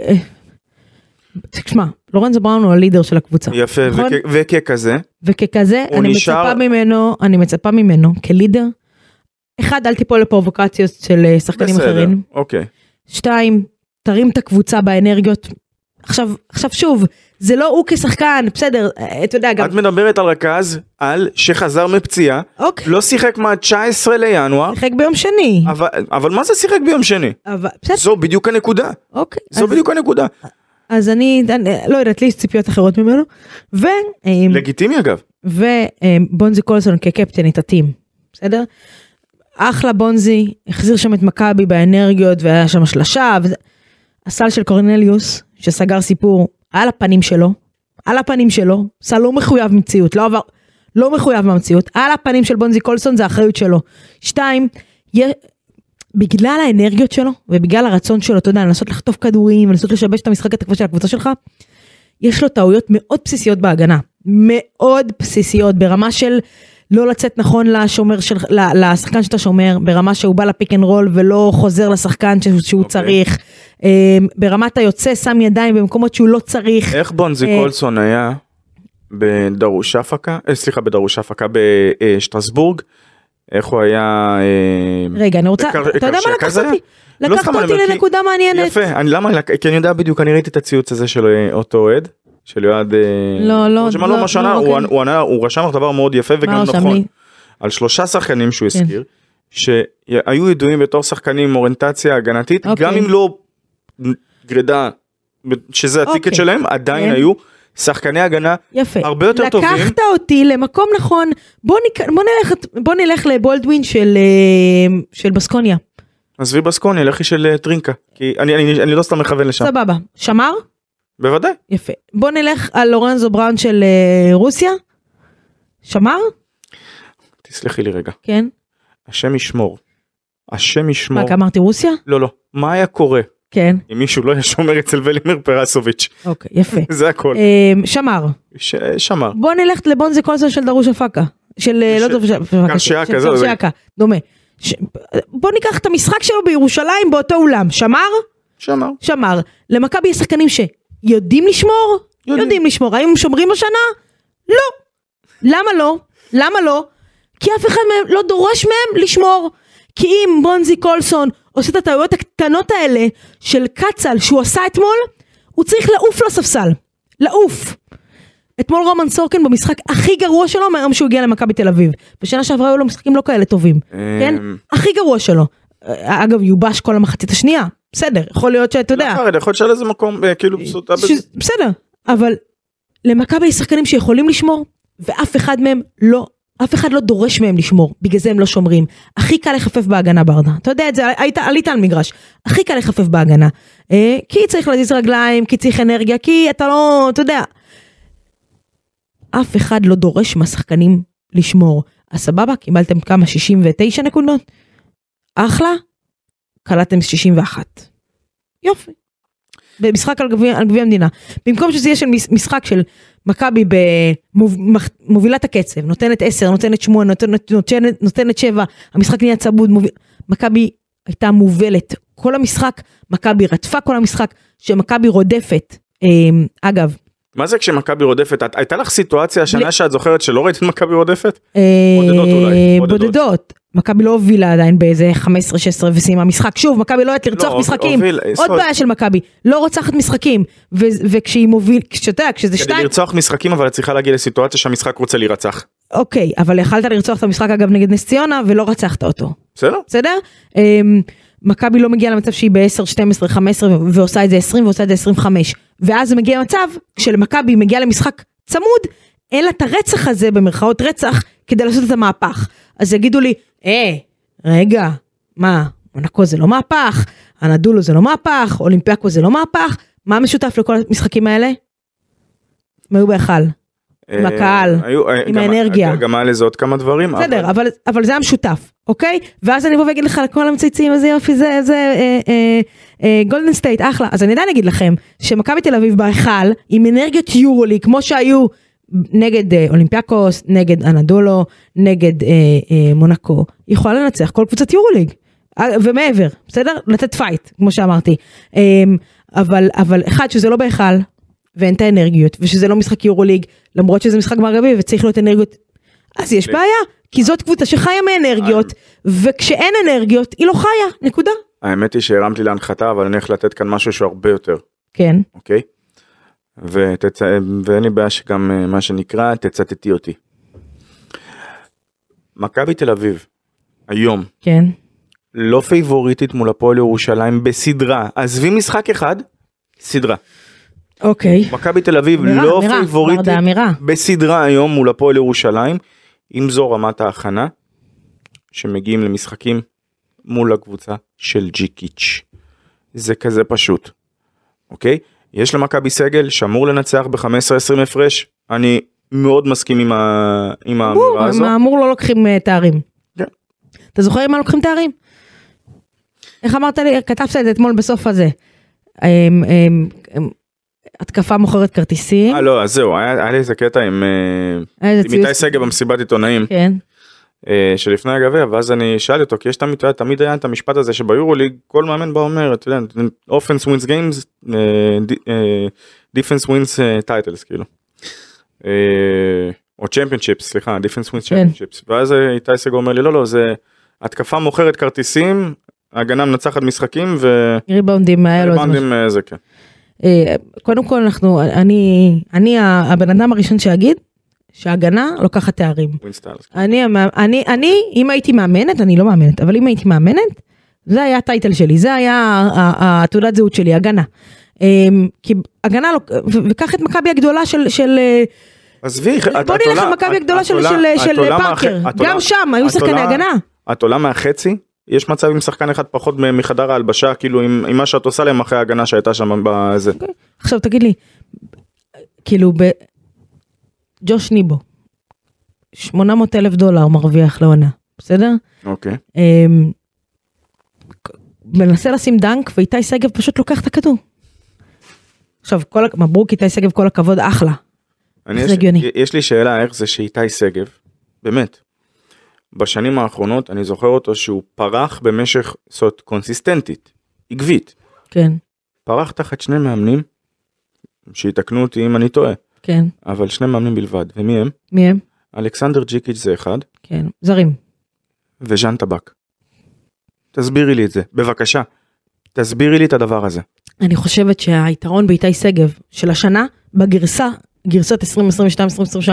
B: אה, תשמע לורנזו בראון הוא הלידר של הקבוצה
C: יפה,
B: נכון?
C: וכ- וככזה,
B: וככזה
C: הוא
B: אני
C: נשאר-
B: מצפה ממנו אני מצפה ממנו כלידר. אחד אל תיפול לפרובוקציות של אה, שחקנים
C: בסדר,
B: אחרים.
C: אוקיי.
B: שתיים, תרים את הקבוצה באנרגיות. עכשיו, עכשיו שוב, זה לא הוא כשחקן, בסדר, אה, אתה יודע גם,
C: את מדברת על רכז, על שחזר מפציעה,
B: אוקיי,
C: לא שיחק מה-19 לינואר,
B: שיחק ביום שני,
C: אבל, אבל מה זה שיחק ביום שני?
B: אבל בסדר,
C: זו בדיוק הנקודה,
B: אוקיי,
C: זו
B: אז-
C: בדיוק הנקודה.
B: אז אני, אני- לא יודעת, לי יש ציפיות אחרות ממנו, ו- אה,
C: לגיטימי אגב.
B: ובונזי קולסון כקפטן את הטים, בסדר? אחלה בונזי, החזיר שם את מכבי באנרגיות והיה שם שלשה. וזה... הסל של קורנליוס, שסגר סיפור על הפנים שלו, על הפנים שלו, סל לא מחויב מציאות, לא עבר, לא מחויב מהמציאות, על הפנים של בונזי קולסון זה האחריות שלו. שתיים, יה- בגלל האנרגיות שלו ובגלל הרצון שלו, אתה יודע, לנסות לחטוף כדורים, לנסות לשבש את המשחק התקפה של הקבוצה שלך, יש לו טעויות מאוד בסיסיות בהגנה. מאוד בסיסיות, ברמה של לא לצאת נכון לשומר של, ל- לשחקן שאתה שומר, ברמה שהוא בא לפיק אנד רול ולא חוזר לשחקן שהוא, שהוא okay.
C: אוקיי.
B: צריך, אה, ברמת היוצא שם ידיים במקומות שהוא לא צריך.
C: איך בונזי
B: אה,
C: קולסון היה בדרוש הפקה, אה, סליחה בדרוש הפקה בשטרסבורג, איך הוא היה... אה,
B: רגע, אני רוצה,
C: בקר-
B: אתה יודע מה
C: בקרשיה
B: לקחת
C: כזה?
B: אותי?
C: לא
B: לקחת
C: סתם אני
B: אותי
C: אומר, כי-
B: לנקודה מעניינת.
C: יפה, אני, למה, לק- כי אני יודע בדיוק, אני ראיתי את הציוץ הזה של אה, אותו אוהד, של יועד... אה,
B: לא, לא,
C: שמע,
B: לא,
C: מה שענה,
B: לא,
C: הוא
B: כן.
C: ענה- הוא ענה- הוא רשם לך דבר מאוד יפה
B: מה
C: וגם
B: רשם
C: נכון.
B: לי?
C: על שלושה שחקנים שהוא
B: כן.
C: הזכיר, שהיו ידועים בתור שחקנים עם אוריינטציה הגנתית,
B: אוקיי.
C: גם אם לא גרידה, שזה
B: אוקיי.
C: הטיקט שלהם, עדיין
B: כן. אוקיי.
C: היו שחקני הגנה
B: יפה.
C: הרבה יותר טובים.
B: לקחת אותי למקום נכון, בוא, נק... בוא, נלך... בוא נלך לבולדווין של, אה, של בסקוניה.
C: עזבי בסקוני, לכי של אה, טרינקה, כי אני- אני אני לא סתם מכוון לשם,
B: סבבה. שמר?
C: בוודאי,
B: יפה. בוא נלך על לורנזו בראון של אה, רוסיה? שמר?
C: תסלחי לי רגע,
B: כן.
C: השם ישמור, השם
B: מה,
C: ישמור,
B: כי אמרתי רוסיה?
C: לא לא, מה היה קורה
B: כן.
C: אם מישהו לא היה שומר אצל ולימיר פרסוביץ',
B: אוקיי, יפה.
C: זה הכל,
B: אה, שמר.
C: ש- שמר,
B: בוא נלך לבונזה קולסון של דרוש אפקה. של אה,
C: ש-
B: לא דרוש אפקה.
C: קרשיאקה,
B: של
C: זהו, זה-
B: קרשיאקה, דומה. ש- בוא ניקח את המשחק שלו בירושלים באותו אולם. שמר?
C: שמר,
B: שמר. למכבי יש שחקנים שיודעים לשמור?
C: יודעים.
B: יודעים לשמור. האם הם שומרים השנה? לא. למה לא? למה לא? כי אף אחד מהם לא דורש מהם לשמור. כי אם בונזי קולסון עושה את הטעויות הקטנות האלה של קצל שהוא עשה אתמול, הוא צריך לעוף לספסל. לעוף. אתמול רומן סורקן במשחק הכי גרוע שלו מהיום שהוא הגיע למכבי תל אביב. בשנה שעברה היו לו משחקים לא כאלה טובים. כן?
C: אמ,
B: הכי גרוע שלו. אה, אגב, יובש כל המחצית השנייה. בסדר, יכול להיות שאתה יודע.
C: לא חרד, יכול להיות שהיה לזה מקום, אה, כאילו, פשוט...
B: ש- בסדר, אבל למכבי יש שחקנים שיכולים לשמור, ואף אחד מהם לא, אף אחד לא דורש מהם לשמור, בגלל זה הם לא שומרים. הכי קל לחפף בהגנה ברדה, אתה יודע את זה, היית, עלית על מגרש, הכי קל לחפף בהגנה. אה, כי צריך להזיז רגליים, כי צריך אנרגיה, כי אתה לא, אתה יודע. אף אחד לא דורש מהשחקנים לשמור. אז סבבה, קיבלתם כמה? 69 נקודות? אחלה, קלטתם 61. יופי. במשחק על גביע על גביע המדינה. במקום שזה יהיה של מש- משחק של מכבי במובילת הקצב, נותנת 10, נותנת 8, נותנת, נותנת, נותנת 7, המשחק נהיה צמוד, מוביל... מכבי הייתה מובלת כל המשחק, מכבי רדפה כל המשחק, שמכבי רודפת. אמ, אגב,
C: מה זה כשמכבי רודפת? את- הייתה לך סיטואציה השנה
B: בלי-
C: שאת זוכרת שלא ראית את מכבי רודפת?
B: בודדות
C: בודדות אולי, בודדות.
B: אה, בודדות. מכבי לא הובילה עדיין באיזה 15-16 וסיימה משחק. שוב, מכבי לא יודעת לרצוח
C: לא,
B: משחקים.
C: הוביל, אה,
B: עוד
C: סוד.
B: בעיה של מכבי, לא רוצחת משחקים. ו- וכשהיא מוביל, כשאתה יודע, כשזה
C: כדי
B: שתיים...
C: לרצוח משחקים אבל את צריכה להגיע לסיטואציה שהמשחק רוצה להירצח.
B: אוקיי, אבל יכלת לרצוח את המשחק אגב נגד נס ציונה ולא רצחת אותו,
C: בסדר?
B: בסדר? אמ, מכבי לא מגיעה למצב שהיא ב-10, 12, 15 ו- ועושה את זה 20 ועושה את זה 25. ואז מגיע מצב, כשלמכבי מגיעה למשחק צמוד, אין לה את הרצח הזה, במרכאות רצח, כדי לעשות את המהפך. אז יגידו לי, אה, רגע, מה, מונקו זה לא מהפך, אנדולו זה לא מהפך, אולימפיאקו זה לא מהפך, מה משותף לכל המשחקים האלה? הם היו בהיכל. עם
C: אה,
B: הקהל,
C: היו- אה,
B: עם
C: גם-
B: האנרגיה.
C: גם היה לזה עוד כמה דברים.
B: בסדר, אבל, אבל זה המשותף, אוקיי? ואז אני אבוא ואגיד לך לכל המצייצים, איזה יופי זה, זה, אה, גולדן סטייט, אחלה. אז אני עדיין אגיד לכם, שמכבי תל אביב בהיכל, עם אנרגיות יורולי, כמו שהיו נגד אה, אולימפיאקוס, נגד אנדולו, נגד אה, אה, מונקו, יכולה לנצח כל קבוצת יורוליג. אה, ומעבר, בסדר? לתת פייט, כמו שאמרתי. אה, אבל, אבל אחד, שזה לא בהיכל, ואין את האנרגיות, ושזה לא משחק יורוליג, למרות שזה משחק מערבי וצריך להיות אנרגיות אז יש בעיה, כי זאת קבוצה שחיה מאנרגיות, וכשאין אנרגיות היא לא חיה, נקודה.
C: האמת היא שהרמתי להנחתה אבל אני הולך לתת כאן משהו שהוא הרבה יותר,
B: כן,
C: אוקיי? ותצ... ואין לי בעיה שגם אה, מה שנקרא תצטטי אותי. מכבי תל אביב, היום,
B: כן,
C: לא פייבוריטית מול הפועל ירושלים בסדרה. עזבי משחק אחד, סדרה.
B: אוקיי.
C: מכבי תל אביב
B: אמירה,
C: לא
B: אמירה,
C: פייבוריטית
B: ברדה, אמירה.
C: בסדרה היום מול הפועל ירושלים, אם זו רמת ההכנה שמגיעים למשחקים מול הקבוצה של ג'יקיץ'. זה כזה פשוט, אוקיי? יש למכבי סגל שאמור לנצח ב-15-20 הפרש, אני מאוד מסכים עם, ה... עם האמירה הזו.
B: מהאמור לא לוקחים אה, תארים.
C: כן.
B: אתה זוכר עם מה לוקחים תארים? איך אמרת לי, כתבת את זה אתמול בסוף הזה. אמ, אמ, אמ, התקפה מוכרת כרטיסים.
C: אה לא, אז זהו, היה, היה לי איזה קטע עם אה,
B: היה איזה
C: עם איתי
B: ציוץ-
C: סגל במסיבת עיתונאים.
B: כן,
C: אה, שלפני הגביע ואז אני שאלתי אותו כי יש תמיד, אתה יודע, תמיד היה את המשפט הזה שביורוליג כל מאמן בא אומר אתה יודע אופנס ווינס גיימס אה, דיפנס ווינס טייטלס כאילו. אה, או צ'מפיונשיפס סליחה דיפנס ווינס
B: כן.
C: צ'מפיונשיפס ואז אה, איתי סגל אומר לי לא לא זה התקפה מוכרת כרטיסים הגנה מנצחת משחקים ו...
B: ריבאונדים היה לו איזה משהו.
C: רבנדים, אה, זה כן.
B: אה, קודם כל אנחנו, אני, אני ה- הבן אדם הראשון שיגיד שהגנה לוקחת תארים.
C: ווינס טייטלס.
B: אני, המאמ- אני, אני, אם הייתי מאמנת, אני לא מאמנת, אבל אם הייתי מאמנת, זה היה הטייטל שלי, זה היה ה- ה- התעודת זהות שלי, הגנה. אמ, כי הגנה, לא- ו- וקח את מכבי הגדולה של, של אה,
C: עזבי, את-
B: בוא
C: כן, את
B: נלך
C: עולה-
B: למכבי
C: את-
B: הגדולה
C: את
B: של-
C: עולה-
B: של-
C: את
B: של
C: עולה מהח-
B: פארקר.
C: את עולה-
B: גם שם היו
C: את
B: שחקני
C: עולה-
B: הגנה.
C: את עולה מהחצי, יש מצב עם שחקן אחד פחות מ- מחדר ההלבשה, כאילו עם עם מה שאת עושה להם אחרי ההגנה שהייתה שם בזה.
B: אוקיי. עכשיו תגיד לי, כאילו ב... ג'וש ניבו, 800 אלף דולר מרוויח לעונה, בסדר?
C: אוקיי.
B: אמ, מנסה לשים דנק ואיתי שגב פשוט לוקח את הכדור. עכשיו כל הכ- מברוק איתי שגב כל הכבוד אחלה.
C: אני-
B: זה
C: יש-
B: הגיוני.
C: יש לי שאלה איך זה שאיתי שגב, באמת, בשנים האחרונות אני זוכר אותו שהוא פרח במשך, זאת אומרת, קונסיסטנטית, עקבית.
B: כן
C: פרח תחת שני מאמנים, שיתקנו אותי אם אני טועה,
B: כן
C: אבל שני מאמנים בלבד, ומי הם?
B: מי הם?
C: אלכסנדר ג'יקיץ' זה אחד,
B: כן, זרים.
C: וז'אן טבק. תסבירי לי את זה, בבקשה. תסבירי לי את הדבר הזה.
B: אני חושבת שהיתרון באיתי שגב של השנה, בגרסה, גרסת 2022-2023,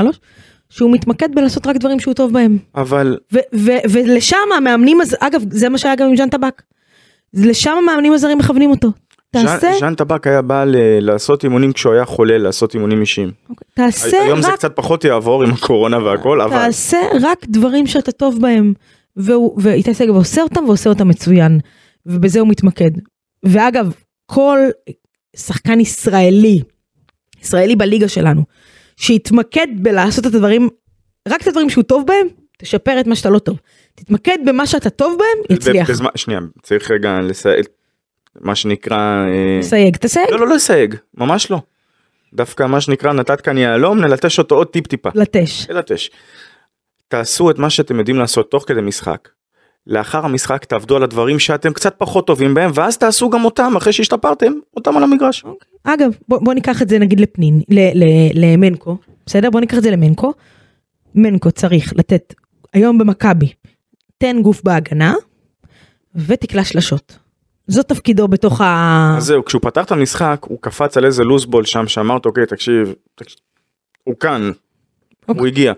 B: שהוא מתמקד בלעשות רק דברים שהוא טוב בהם.
C: אבל
B: ו- ו- ולשם המאמנים, הז- אגב, זה מה שהיה גם עם ז'אן טבק. לשם המאמנים הזרים מכוונים אותו. תעשה,
C: ז'אן- ז'אן טבק היה בא ל- לעשות אימונים כשהוא היה חולה, לעשות אימונים אישיים.
B: אוקיי, תעשה
C: היום זה
B: רק
C: קצת פחות יעבור עם הקורונה והכל, אבל...
B: תעשה רק דברים שאתה טוב בהם. והוא- ואיתי שגב עושה אותם ועושה אותם מצוין. ובזה הוא מתמקד. ואגב, כל שחקן ישראלי, ישראלי בליגה שלנו, שיתמקד בלעשות את הדברים, רק את הדברים שהוא טוב בהם, תשפר את מה שאתה לא טוב. תתמקד במה שאתה טוב בהם, יצליח.
C: בזמן- שנייה, צריך רגע לסייג, מה שנקרא... אה,
B: תסייג, תסייג.
C: לא, לא לסייג, ממש לא. דווקא מה שנקרא נתת כאן יהלום, נלטש אותו עוד טיפ-טיפה.
B: לטש.
C: ללטש. תעשו את מה שאתם יודעים לעשות תוך כדי משחק. לאחר המשחק תעבדו על הדברים שאתם קצת פחות טובים בהם, ואז תעשו גם אותם, אחרי שהשתפרתם, אותם על המגרש.
B: אוקיי. אגב, בוא, בוא ניקח את זה נגיד לפנין, ל- ל- למנקו, בסדר? בוא ניקח את זה למנקו. מנקו צריך לתת, היום במכבי, תן גוף בהגנה ותקלע שלשות. זה תפקידו בתוך ה...
C: אז זהו, כשהוא פתח את המשחק, הוא קפץ על איזה לוסבול שם, שאמרת, אוקיי, תקשיב, תקשיב, הוא כאן,
B: אוקיי.
C: הוא הגיע.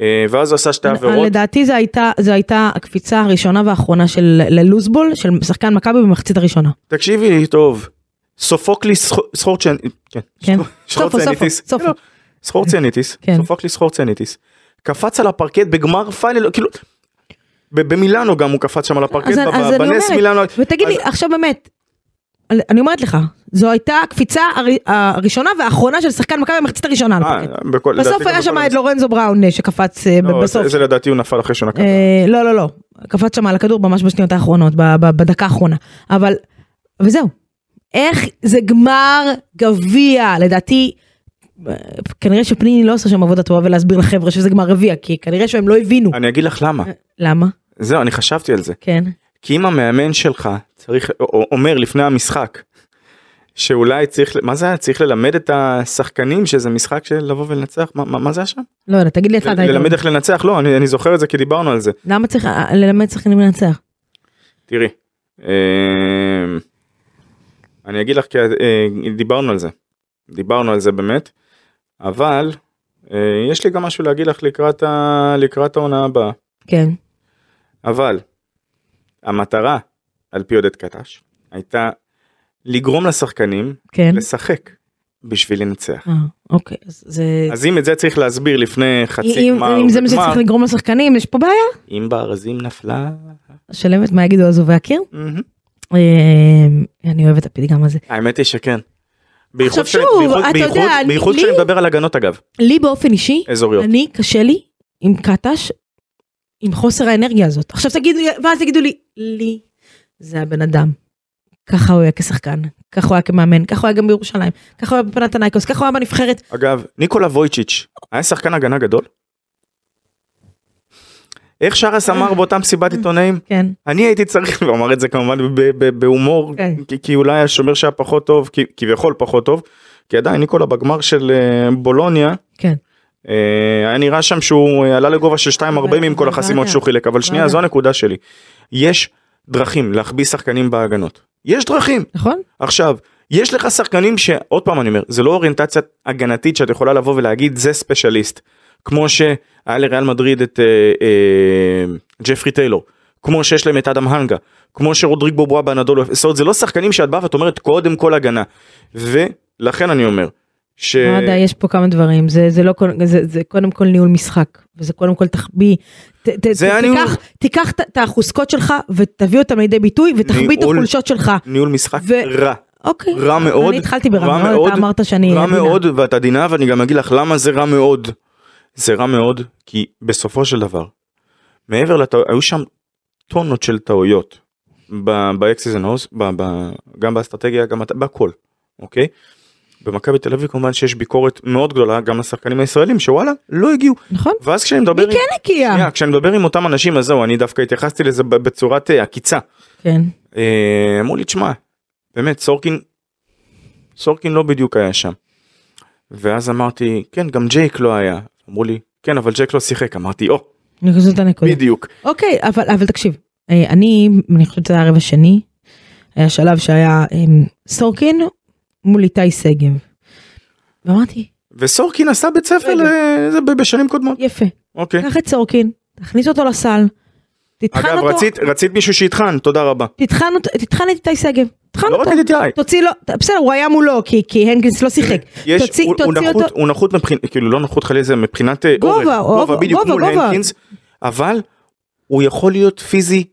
C: אה, ואז הוא עשה שתי עבירות,
B: לדעתי זו הייתה, זו הייתה הקפיצה הראשונה והאחרונה של ללוזבול של שחקן מכבי במחצית הראשונה.
C: תקשיבי לי טוב, סופוקליס סחו- סחורצ'ן, כן,
B: כן. סופו,
C: סחורצניטיס,
B: סופו, סופו.
C: לא, סחורצניטיס,
B: כן.
C: סופוקליס סחורצניטיס, קפץ על הפרקט בגמר פיינל, כאילו, ב- במילאנו גם הוא קפץ שם על הפרקט,
B: אז אני-
C: בב-
B: אז אני
C: בנס
B: אומרת,
C: מילאנו,
B: ותגיד לי, עכשיו באמת, אני- אני אומרת לך, זו הייתה הקפיצה הר- הראשונה והאחרונה של שחקן מכבי במחצית הראשונה. על
C: אה,
B: הפרקט.
C: בכל- לדעתי
B: בסוף
C: גם
B: היה
C: בכל
B: שם את
C: המשחק.
B: לורנזו בראון אה, שקפץ אה, ב-
C: לא,
B: בסוף.
C: זה- זה לדעתי הוא נפל אחרי שהוא נקט,
B: אה, לא, לא, לא. קפץ שם על הכדור ממש בשניות האחרונות, ב- ב- בדקה האחרונה. אבל, וזהו. איך זה גמר גביע, לדעתי, אה, כנראה שפניני לא עושה שם עבודה טובה ולהסביר לחבר'ה שזה גמר גביע, כי כנראה שהם לא הבינו.
C: אני אגיד לך למה,
B: למה?
C: זהו, אני חשבתי על זה.
B: כן.
C: כי אם המאמן שלך צריך או- אומר לפני המשחק שאולי צריך מה זה היה צריך ללמד את השחקנים שזה משחק של לבוא ולנצח מה, מה, מה זה היה שם?
B: לא יודע, תגיד לי אתה. אתה היית-
C: ללמד איך לנצח לא אני, אני זוכר את זה כי דיברנו על זה
B: למה צריך אה, ללמד שחקנים לנצח?
C: תראי. אמ, אני אגיד לך כי אה, דיברנו על זה דיברנו על זה באמת אבל אה, יש לי גם משהו להגיד לך לקראת, ה, לקראת העונה הבאה
B: כן.
C: אבל המטרה על פי עודד קטש הייתה לגרום לשחקנים
B: כן.
C: לשחק בשביל לנצח.
B: אה, אוקיי, אז זה...
C: אז אם את זה צריך להסביר לפני חצי
B: אם-
C: גמר,
B: אם זה מה
C: וגמר,
B: שצריך לגרום לשחקנים, יש פה בעיה.
C: אם בארזים נפלה,
B: שלמת, מה יגידו עזובי הקיר?
C: מהמם.
B: אה, אני אוהבת את הפתגם הזה.
C: האמת היא שכן. בייחוד
B: עכשיו
C: שאני-
B: שוב,
C: בייחוד-
B: אתה
C: בייחוד-
B: יודע,
C: בייחוד
B: לי-
C: שאני מדבר על הגנות אגב,
B: לי באופן אישי,
C: אזוריות.
B: אני קשה לי עם קטש, עם חוסר האנרגיה הזאת. עכשיו תגידו, לי- ואז תגידו לי, לי זה הבן אדם. ככה הוא היה כשחקן, ככה הוא היה כמאמן, ככה הוא היה גם בירושלים, ככה הוא היה בפנת הנייקוס, ככה הוא היה בנבחרת.
C: אגב, ניקולה וויצ'יץ' היה שחקן הגנה גדול? איך שרס אמר
B: אה.
C: באותה מסיבת עיתונאים?
B: כן,
C: אני הייתי צריך, הוא אמר את זה כמובן ב- ב- בהומור,
B: כן.
C: כי- כי אולי השומר שהיה פחות טוב, כי- כביכול פחות טוב, כי עדיין ניקולה בגמר של אה, בולוניה,
B: כן.
C: אה, היה נראה שם שהוא אה, עלה לגובה של 2.40 עם
B: אבל
C: כל
B: לא
C: החסימות
B: יודע.
C: שהוא חילק, אבל
B: לא
C: שנייה,
B: יודע.
C: זו הנקודה שלי. יש דרכים להחביא שחקנים בהגנות. יש דרכים.
B: נכון?
C: עכשיו, יש לך שחקנים שעוד פעם אני אומר, זה לא אוריינטציה הגנתית שאת יכולה לבוא ולהגיד זה ספיישליסט. כמו שהיה לריאל מדריד את אה, אה, ג'פרי טיילור, כמו שיש להם את אדם הנגה, כמו שרודריג בובואה באנדולו, זאת אומרת, זה לא שחקנים שאת באה ואת אומרת קודם כל הגנה. ולכן אני אומר, ש...
B: לא יודע, יש פה כמה דברים, זה, זה לא, כל- זה, זה קודם כל ניהול משחק, וזה קודם כל תחביא, ת, ת,
C: זה היה
B: תיקח,
C: ניהול-
B: תיקח ת- את החוזקות שלך ותביא אותם לידי ביטוי ותחביא את
C: ניהול-
B: החולשות שלך.
C: ניהול משחק
B: ו-
C: רע,
B: אוקיי.
C: רע מאוד,
B: אני התחלתי
C: רע
B: ברע מאוד,
C: מאוד,
B: אתה אמרת שאני...
C: רע
B: עדינה.
C: מאוד ואת עדינה ואני גם אגיד לך למה זה רע מאוד. זה רע מאוד כי בסופו של דבר מעבר לטעויות היו שם טונות של טעויות באקסיס אנד הוס גם באסטרטגיה גם בת- בהכל אוקיי. במכבי תל אביב כמובן שיש ביקורת מאוד גדולה גם לשחקנים הישראלים שוואלה לא הגיעו
B: נכון?
C: ואז כשאני מדבר
B: מי
C: עם,
B: כן הקיאה?
C: שנייה, כשאני מדבר עם אותם אנשים אז זהו אני דווקא התייחסתי לזה ב- בצורת אה, עקיצה.
B: כן.
C: אה, אמרו לי תשמע באמת סורקין סורקין לא בדיוק היה שם. ואז אמרתי כן גם ג'ייק לא היה אמרו לי כן, אבל ג'ק לא שיחק, אמרתי, או,
B: נכנסו את הנקודה.
C: בדיוק.
B: אוקיי, אבל, אבל תקשיב, אה, אני, אני חושבת שזה היה הרבע השני, היה שלב שהיה אה, סורקין מול איתי שגב. ואמרתי,
C: וסורקין עשה בית ספר
B: רגע. כן.
C: ל- זה ב- בשנים קודמות.
B: יפה,
C: אוקיי.
B: קח את סורקין, תכניס אותו לסל, תטחן
C: אגב,
B: אותו,
C: רצית- רצית מישהו שיטחן, תודה רבה.
B: תטחן אותו- תטחן את איתי שגב, תטחן
C: לא רק
B: אותו,
C: את איתי.
B: תוציא לו, בסדר, הוא היה מולו, כי, כי הנגלס לא שיחק,
C: יש,
B: תוציא,
C: הוא, הוא
B: תוציא
C: נחות,
B: אותו,
C: הוא נחות מבחינת, כאילו לא נחות חלילה זה מבחינת אה,
B: גובה,
C: אורך,
B: גובה,
C: גובה, בדיוק,
B: גובה,
C: מול
B: גובה.
C: הנקינס, אבל הוא יכול להיות פיזי,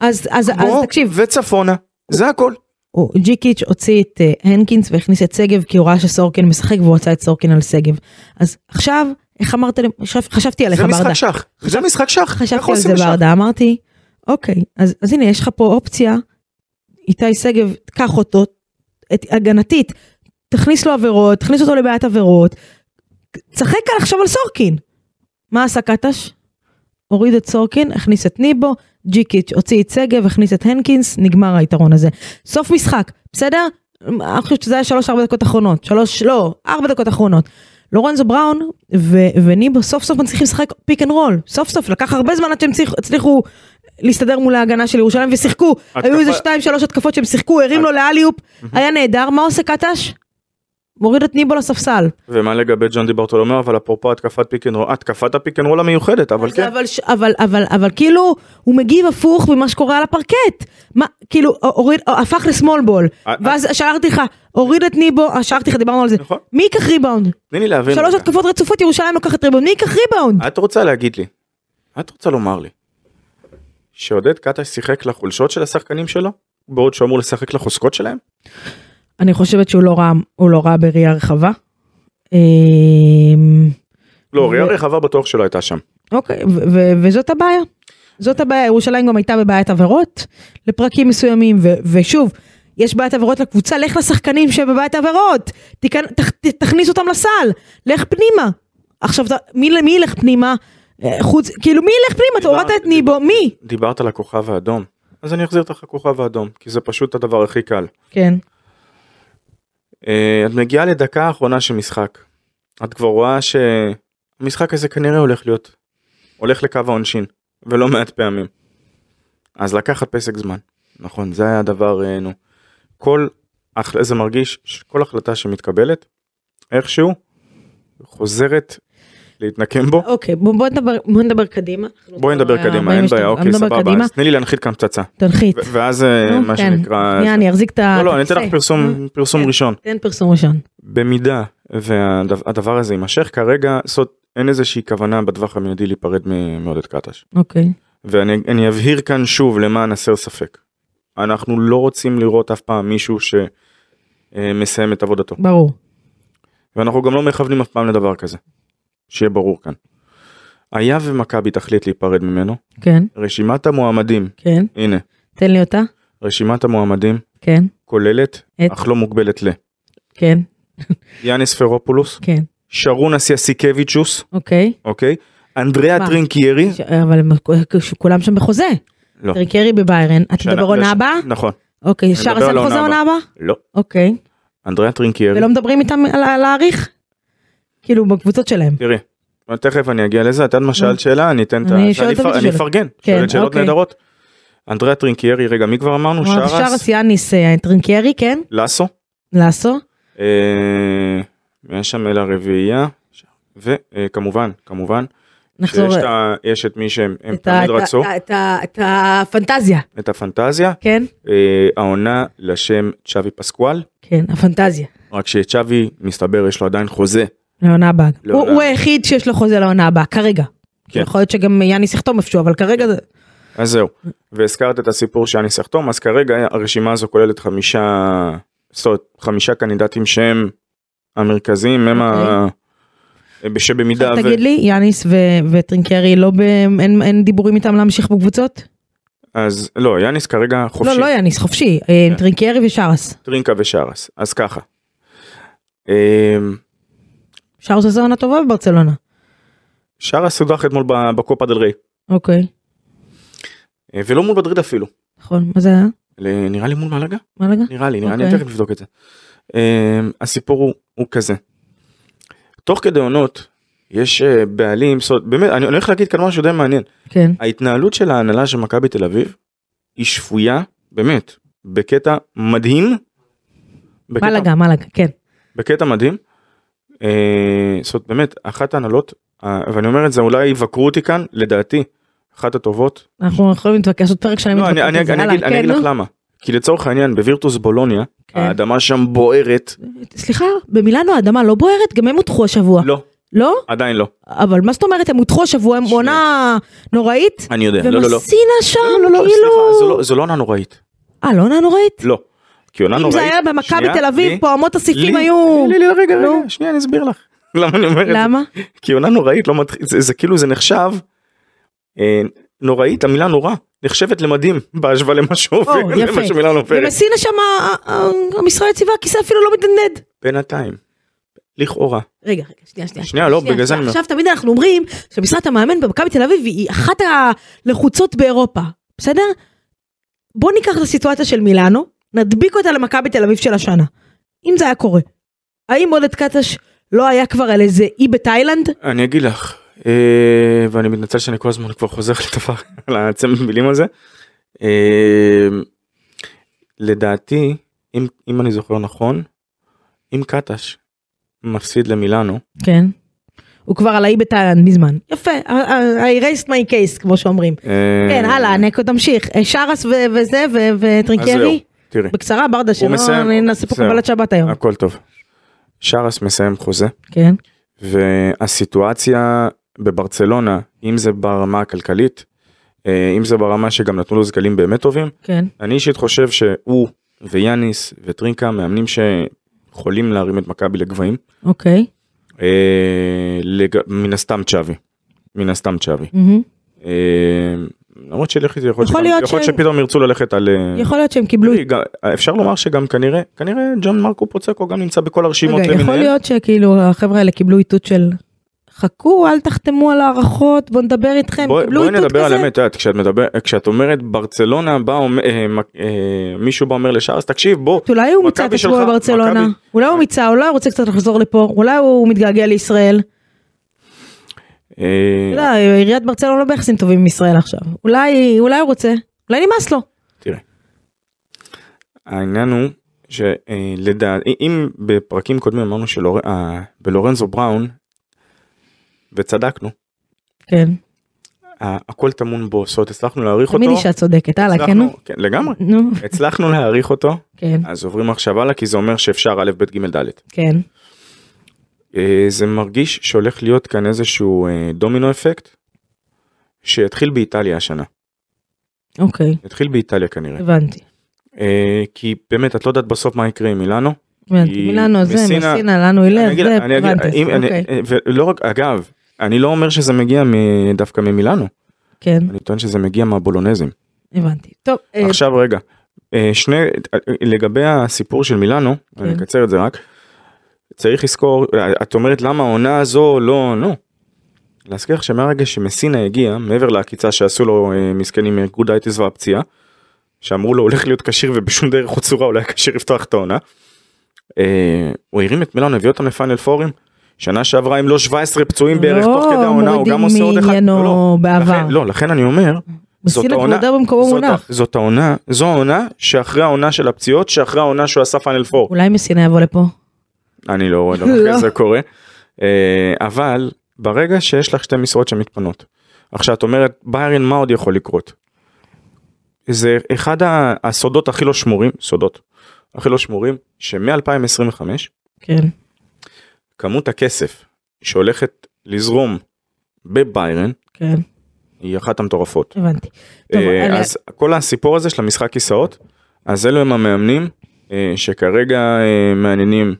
B: אז, אז, אז
C: כמו
B: תקשיב,
C: וצפונה, זה הכל.
B: הוא- ג'יקיץ' הוציא את אה, הנקינס והכניס את שגב כי הוא ראה שסורקין משחק והוא הוצא את סורקין על שגב. אז עכשיו, איך אמרת, לי- חשב- חשבתי עליך
C: זה
B: ברדה.
C: משחק שח, זה משחק שח, איך
B: חשבתי על
C: עושים
B: זה
C: שח?
B: ברדה, אמרתי, אוקיי, אז, אז הנה יש לך פה אופציה, איתי שגב, קח אותו, את, הגנתית, תכניס לו עבירות, תכניס אותו לבעיית עבירות, תשחק על עכשיו על סורקין. מה עשה קטש? הוריד את סורקין, הכניס את ניבו, ג'יקיץ' הוציא את שגב, הכניס את הנקינס, נגמר היתרון הזה. סוף משחק, בסדר? אני חושבת שזה היה שלוש ארבע דקות אחרונות, שלוש, לא, ארבע דקות אחרונות. לורנזו בראון ו- וניבו סוף סוף מצליחים לשחק פיק אנד רול, סוף סוף, לקח הרבה זמן עד שהם הצליח- הצליחו להסתדר מול ההגנה של ירושלים ושיחקו,
C: התקפה-
B: היו איזה שתיים שלוש התקפות שהם שיחקו, הרים לו לאליופ, היה נהדר, מה עושה קטש? מוריד את ניבו לספסל.
C: ומה לגבי ג'ון דיברטולומיאו, אבל אפרופו התקפת פיק אנד רול, התקפת הפיק אנד רול המיוחדת, אבל
B: אז
C: כן,
B: אבל, ש- אבל, אבל, אבל כאילו, הוא מגיב הפוך ממה שקורה על הפרקט. מה, כאילו, ה- הוריד, ה- הפך לסמול בול.
C: אה,
B: ואז שלחתי לך, הוריד את ניבו, אה, שלחתי לך, דיברנו על זה.
C: נכון.
B: מי ייקח ריבאונד?
C: תני לי להבין,
B: שלוש
C: רגע.
B: התקפות רצופות, ירושלים לוקחת ריבאונד. מי ייקח ריבאונד?
C: את רוצה להגיד לי, את רוצה לומר לי, שעודד קטש שיחק לחולשות של השחקנים שלו, בעוד שהוא אמור לשחק לחוזקות שלהם?
B: אני חושבת שהוא לא רע, הוא לא רע בראייה רחבה. אמ,
C: לא, ראייה
B: ו-
C: רחבה בטוח שלא הייתה שם.
B: אוקיי, ו- ו- וזאת הבעיה. זאת הבעיה, ירושלים גם הייתה בבעיית עבירות לפרקים מסוימים, ו- ושוב, יש בעיית עבירות לקבוצה, לך לשחקנים שבבעיית עבירות, תיכנ- תכ- ת- תכניס אותם לסל, לך פנימה. עכשיו, אתה- מי מי ילך פנימה? אה, חוץ, כאילו מי ילך פנימה? אתה הורדת את ניבו, מי?
C: דיברת על הכוכב האדום, אז אני אחזיר אותך לכוכב האדום, כי זה פשוט הדבר הכי קל.
B: כן,
C: אה, את מגיעה לדקה האחרונה של משחק. את כבר רואה שהמשחק הזה כנראה הולך להיות, הולך לקו העונשין, ולא מעט פעמים. אז לקחת פסק זמן, נכון, זה היה הדבר, אה, נו. כל, הח- זה מרגיש שכל החלטה שמתקבלת, איכשהו, חוזרת להתנקם בו.
B: אוקיי, בוא בוא נדבר- בוא נדבר קדימה.
C: בואי נדבר
B: אנחנו כבר
C: קדימה, אין
B: 42,
C: בעיה, אוקיי,
B: נדבר
C: סבבה,
B: לא קדימה.
C: אז תני לי להנחית כאן פצצה.
B: תנחית.
C: ו- ואז אה,
B: נו,
C: מה
B: כן.
C: שנקרא,
B: שנייה, אני אחזיק את ה...
C: לא לא אני אתן
B: את
C: לך
B: הכיסא.
C: פרסום פרסום
B: כן.
C: ראשון.
B: תן פרסום ראשון.
C: במידה והדבר הזה יימשך כרגע זאת אין איזושהי כוונה בטווח המיידי להיפרד מ- מעודד קטש.
B: אוקיי.
C: ואני אני אבהיר כאן שוב למען הסר ספק. אנחנו לא רוצים לראות אף פעם מישהו שמסיים את עבודתו
B: ברור.
C: ואנחנו גם לא מכוונים אף פעם לדבר כזה. שיהיה ברור כאן. היה ומכבי תחליט להיפרד ממנו
B: כן,
C: רשימת המועמדים
B: כן.
C: הנה
B: תן לי אותה.
C: רשימת המועמדים
B: כן,
C: כוללת
B: את-
C: אך לא מוגבלת ל
B: כן,
C: יאניס פרופולוס
B: כן.
C: שרון אסיאסיקביצ'וס
B: אוקיי.
C: אוקיי? אנדריאה
B: מה?
C: טרינקיירי.
B: ש- אבל הם- כש- כולם שם בחוזה.
C: לא.
B: טריקרי בביירן. אתה
C: שאנחנו-
B: מדבר עונה
C: לש-
B: הבאה?
C: נכון.
B: אוקיי,
C: מדבר
B: שער
C: על
B: הסל
C: העונה
B: חוזה
C: הבאה.
B: עונה הבאה?
C: לא.
B: אוקיי.
C: אנדריאה טרינקיירי.
B: ולא מדברים איתם על על האריך? כאילו בקבוצות שלהם.
C: תראי. אבל תכף אני אגיע לזה. את יודעת מה שאלת שאלה? אני אתן את ה...
B: לא. אני
C: שאני
B: שואלת
C: אפר-
B: אותי
C: אני
B: שאלות.
C: אפרגן.
B: כן,
C: שואלת שאלות
B: אוקיי.
C: נהדרות. אנדריאה טרינקיירי. רגע, מי כבר אמרנו?
B: שרס
C: שרס?
B: יאניס אה, טרינקיירי, כן?
C: לאסו.
B: לאסו?
C: אה, יש שם אל הרביעייה. וכמובן, כמובן.
B: נחזור. אה,
C: שיש את ה- יש את מי שהם הם
B: את ה- את
C: תמיד
B: ה-
C: רצו.
B: את ה- את הפנטזיה,
C: את הפנטזיה.
B: כן?
C: אה, העונה לשם צ'אבי פסקואל.
B: כן, הפנטזיה.
C: רק שצ'אבי, מסתבר, יש לו עדיין חוזה.
B: לעונה הבאה.
C: לעונה
B: הוא הוא היחיד שיש לו חוזה לעונה הבאה, כרגע.
C: כן.
B: יכול להיות שגם יאניס יחתום איפשהו, אבל כרגע זה...
C: אז זהו, והזכרת את הסיפור שאני סחתום, אז כרגע הרשימה הזו כוללת חמישה, זאת אומרת, חמישה קנדידטים שהם המרכזיים, הם ה... שבמידה
B: אוקיי. עכשיו
C: ו...
B: תגיד לי, יאניס ו- וטרינקרי לא ב... אין, אין דיבורים איתם להמשיך בקבוצות?
C: אז לא, יאניס כרגע חופשי,
B: לא, לא יאניס, חופשי. אה,
C: כן.
B: טרינקרי ושרס.
C: טרינקה ושרס, אז ככה. אמ,
B: שרס עושה עונה טובה בברצלונה.
C: שרס סודח אתמול ב- בקופה דל ריי,
B: אוקיי,
C: אה, ולא מול מדריד אפילו,
B: נכון. מה זה היה?
C: ל- נראה לי מול מלאגה,
B: מה רגע?
C: נראה לי, נראה לי, אני
B: אוקיי.
C: תכף אבדוק את זה. אמ, הסיפור הוא- הוא כזה. תוך כדי עונות, יש אה, בעלים, זאת אומרת, באמת, אני הולך להגיד כאן משהו די מעניין.
B: כן.
C: ההתנהלות של ההנהלה של מכבי תל אביב היא שפויה, באמת, בקטע מדהים. בקטע-
B: מלאגה, מלאגה, כן.
C: בקטע מדהים. אה, זאת באמת אחת ההנהלות אה, ואני אומר את זה אולי יבקרו אותי כאן לדעתי אחת הטובות.
B: אנחנו יכולים להתווכח, יש עוד פרק שלם.
C: לא, אני
B: להתווכח
C: אני-
B: על זה,
C: אני
B: הלאה,
C: אגיד אני
B: כן,
C: אגיד
B: נו.
C: לך למה. כי לצורך העניין בווירטוס בולוניה
B: כן.
C: האדמה שם בוערת.
B: סליחה, במילאנו האדמה לא בוערת? גם הם הוטחו השבוע.
C: לא
B: לא?
C: עדיין לא
B: אבל מה זאת אומרת, הם הוטחו השבוע, הם
C: שנייה.
B: עונה נוראית?
C: אני יודע לא לא לא.
B: ומסינה שם,
C: לא, לא, סליחה, זו
B: כאילו...
C: לא- זו לא עונה נוראית.
B: אה, לא עונה נוראית?
C: לא. כי עונה
B: אם
C: נוראית.
B: זה היה במכבי
C: שנייה,
B: תל
C: לי-
B: אביב, פה אמות הסיפים
C: לי-
B: היו...
C: לי- לי- לי- רגע
B: נו.
C: רגע שנייה אני אסביר לך. למה אני אומר את זה.
B: למה?
C: כי עונה נוראית לא מתחיל זה, זה כאילו זה נחשב אה, נוראית המילה נורא נחשבת למדהים בהשוואה למה שעובר
B: או, יפה.
C: למה שמילה עוברת
B: ומסינה שם, ה- ה- המשרה יציבה, הכיסא אפילו לא מתנדנד.
C: בינתיים. לכאורה
B: רגע, רגע, שנייה, שנייה.
C: שנייה, לא, בגלל זה אני אומר.
B: עכשיו תמיד אנחנו אומרים שמשרת המאמן במכבי תל אביב היא אחת הלחוצות באירופה, בסדר? בוא ניקח את הסיטואציה של מילאנו, נדביק אותה למכבי תל אביב של השנה. אם זה היה קורה. האם עודד קטש לא היה כבר על איזה אי בתאילנד?
C: אני אגיד לך אה, ואני מתנצל שאני כל הזמן כבר חוזר לדבר על הצמד מילים הזה. אה, לדעתי אם, אם אני זוכר נכון אם קטש מפסיד למילאנו
B: כן. הוא כבר על האי בתאילנד מזמן. יפה, I- I erased my case כמו שאומרים.
C: אה,
B: כן, הלאה, נקו תמשיך. אה, שרס ו- וזה ו-
C: אז זהו,
B: וטרינקרי?
C: תראי
B: בקצרה ברדה, שלא
C: מסיים, אה.
B: אני- נעשה פה
C: זהו.
B: קבלת שבת היום.
C: הכל טוב. שרס מסיים חוזה
B: כן.
C: והסיטואציה בברצלונה, אם זה ברמה הכלכלית, אה, אם זה ברמה שגם נתנו לו סגלים באמת טובים,
B: כן.
C: אני אישית חושב שהוא ויאניס וטרינקה מאמנים שיכולים להרים את מכבי לגבהים,
B: אוקיי.
C: אה, לג... מן הסתם צ'אבי, מן הסתם צ'אבי.
B: מהמם.
C: אה, למרות שלכי זה יכול,
B: יכול
C: שגם,
B: להיות
C: יכול
B: ש-
C: שפתאום ירצו ללכת על... אה,
B: יכול להיות שהם קיבלו...
C: גם- אפשר לומר שגם כנראה, כנראה ג'ון מרקו פוצקו גם נמצא בכל הרשימות
B: רגע, יכול
C: למיניהן.
B: להיות שכאילו החבר'ה האלה קיבלו איתות של חכו, אל תחתמו על הערכות, בוא נדבר איתכם,
C: בואי
B: קיבלו
C: בואי
B: איתות
C: נדבר על
B: כזה.
C: האמת, את יודעת, כשאת מדבר, כשאת אומרת ברצלונה בא, אומר- אה, מק- אה, מישהו בא אומר לשאר, אז תקשיב בוא,
B: אולי הוא מיצה את
C: מכבי
B: עצמו
C: שלך,
B: בברצלונה,
C: מכבי.
B: אולי הוא מיצה, אולי הוא רוצה קצת לחזור לפה, אולי הוא מתגעגע לישראל.
C: אה,
B: אתה יודע,
C: אוקיי.
B: עיריית ברצלונה לא ביחסים טובים עם ישראל עכשיו. אולי, אולי הוא רוצה, אולי נמאס לו.
C: העניין הוא שלדעתי, אם בפרקים קודמים אמרנו שבלורנזו בראון, וצדקנו,
B: כן,
C: ה- הכל טמון בו, זאת אומרת, הצלחנו להעריך אותו,
B: תמיד אישה צודקת, הלאה, כן, נו.
C: הצלחנו- כן, לגמרי,
B: נו,
C: הצלחנו להעריך אותו,
B: כן,
C: אז עוברים עכשיו הלאה, כי זה אומר שאפשר א', ב', ג', ד'.
B: כן,
C: אה, זה מרגיש שהולך להיות כאן איזשהו אה, דומינו אפקט שיתחיל באיטליה השנה.
B: אוקיי,
C: יתחיל באיטליה כנראה.
B: הבנתי.
C: אה, כי באמת את לא יודעת בסוף מה יקרה עם מילאנו.
B: הבנתי,
C: היא-
B: מילאנו זה,
C: מסינה-
B: מסינה, לנו ילך,
C: אני אגיד-
B: זה,
C: אני אגיד-
B: הבנתי,
C: אם- אני-
B: אוקיי,
C: אה, ולא רק, אגב, אני לא אומר שזה מגיע מ- דווקא ממילאנו,
B: כן,
C: אני טוען שזה מגיע מהבולונזים.
B: הבנתי. טוב, אה,
C: עכשיו רגע, אה, שני, אה, לגבי הסיפור של מילאנו, אני
B: כן.
C: אקצר את זה רק, צריך לזכור, אה, את אומרת למה העונה הזו לא, נו. להזכיר לך שמהרגע שמסינה הגיע, מעבר לעקיצה שעשו לו אה, מסכן עם גוד הייטיס והפציעה, שאמרו לו הולך להיות כשיר ובשום דרך או צורה הוא לא היה כשיר לפתוח את העונה, אה, הוא הרים את מילאנו, הביא אותם לפאנל פורים, שנה שעברה אם לא 17 פצועים בערך
B: לא
C: תוך כדי העונה, הוא
B: מורידים
C: גם עושה עוד אחד,
B: מעניינו
C: לא, לא,
B: בעבר.
C: לכן- לא, לכן אני אומר, זאת
B: מסינה
C: העונה-
B: כבודה במקומו
C: זאת ה-
B: מונח.
C: זאת העונה, זו העונה שאחרי העונה של הפציעות, שאחרי העונה שהוא עשה פאנל 4.
B: אולי מסינה יבוא לפה.
C: אני לא רואה
B: לא.
C: דבר כזה קורה. אה, אבל ברגע שיש לך שתי משרות שמתפנות, עכשיו את אומרת ביירן מה עוד יכול לקרות? זה אחד ה- הסודות הכי לא שמורים, סודות, הכי לא שמורים, שמ-2025
B: כן.
C: כמות הכסף שהולכת לזרום בביירן
B: כן,
C: היא אחת המטורפות.
B: הבנתי. טוב,
C: אה,
B: אבל-
C: אז כל הסיפור הזה של המשחק כיסאות, אז אלו הם המאמנים אה, שכרגע אה, מעניינים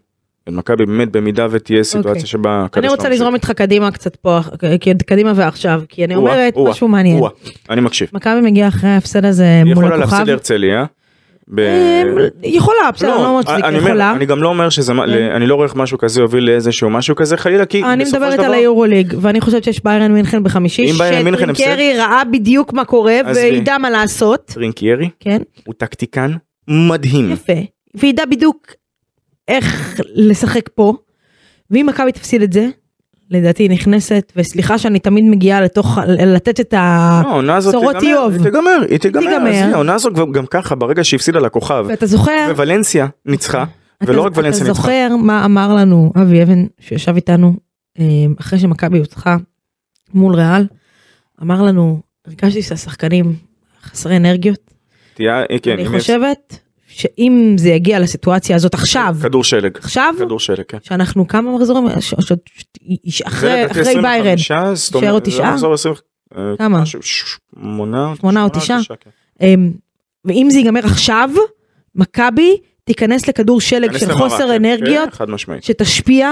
C: את מכבי באמת במידה ותהיה
B: אוקיי.
C: סיטואציה שבה... הקדוש
B: אני רוצה
C: ברוך הוא-
B: לזרום איתך קדימה קצת פה, אה, כי- קדימה ועכשיו, כי אני
C: או-אה,
B: אומרת
C: או-אה,
B: משהו מעניין.
C: או-אה, אני מקשיב.
B: מכבי מגיעה אחרי ההפסד הזה
C: היא
B: מול
C: יכולה
B: הכוכב.
C: להפסיד להרצליה. ב-
B: אה, יכולה, בסדר,
C: לא,
B: לא אומרת
C: אני
B: שזה
C: אומר,
B: יכולה. כן.
C: אני גם לא אומר שזה, מה- ל- אני לא רואה איך משהו כזה יוביל לאיזשהו משהו כזה חלילה, כי
B: אני
C: בסופו של
B: מדברת
C: דבר-
B: על היורוליג, ואני חושבת שיש ביירן מינכן בחמישי,
C: אם ביירן מינכן הפסד-
B: שטרינקרי ראה בדיוק מה קורה
C: עזבי.
B: וידע מה לעשות,
C: טרינקיירי
B: כן,
C: הוא טקטיקן מדהים.
B: יפה, וידע בדיוק איך לשחק פה, ואם מכבי תפסיד את זה, לדעתי נכנסת, וסליחה שאני תמיד מגיעה לתוך, לתת את ה...
C: לא, העונה הזאת
B: צורות
C: תיגמר,
B: איוב.
C: היא תיגמר, היא תיגמר,
B: תיגמר.
C: עזבי, העונה הזאת כבר- גם ככה ברגע שהפסידה לכוכב,
B: ואתה זוכר,
C: ווולנסיה ניצחה,
B: אתה-
C: ולא רק
B: אתה
C: ולנסיה ניצחה,
B: זוכר מה אמר לנו אבי אבן שישב איתנו אה, אחרי שמכבי הוצחה מול ריאל, אמר לנו, הרגשתי שהשחקנים חסרי אנרגיות,
C: תהיה, אה, כן,
B: אני
C: אם יש-
B: חושבת שאם זה יגיע לסיטואציה הזאת עכשיו,
C: כדור שלג,
B: עכשיו,
C: כדור שלג, כן.
B: שאנחנו כמה מחזורים, ש- ש- ש- ש- אחרי
C: זה לדעתי
B: אחרי ביירן,
C: 25, זאת אומרת,
B: יישאר עוד
C: זה
B: תשעה?
C: מחזור 20, אה,
B: כמה?
C: משהו, ש- שמונה,
B: שמונה או תשעה?
C: כן.
B: אמ, ואם זה ייגמר עכשיו, מכבי תיכנס לכדור שלג
C: ניכנס
B: של
C: למאבק,
B: חוסר
C: כן,
B: אנרגיות,
C: כן, חד משמעית.
B: שתשפיע,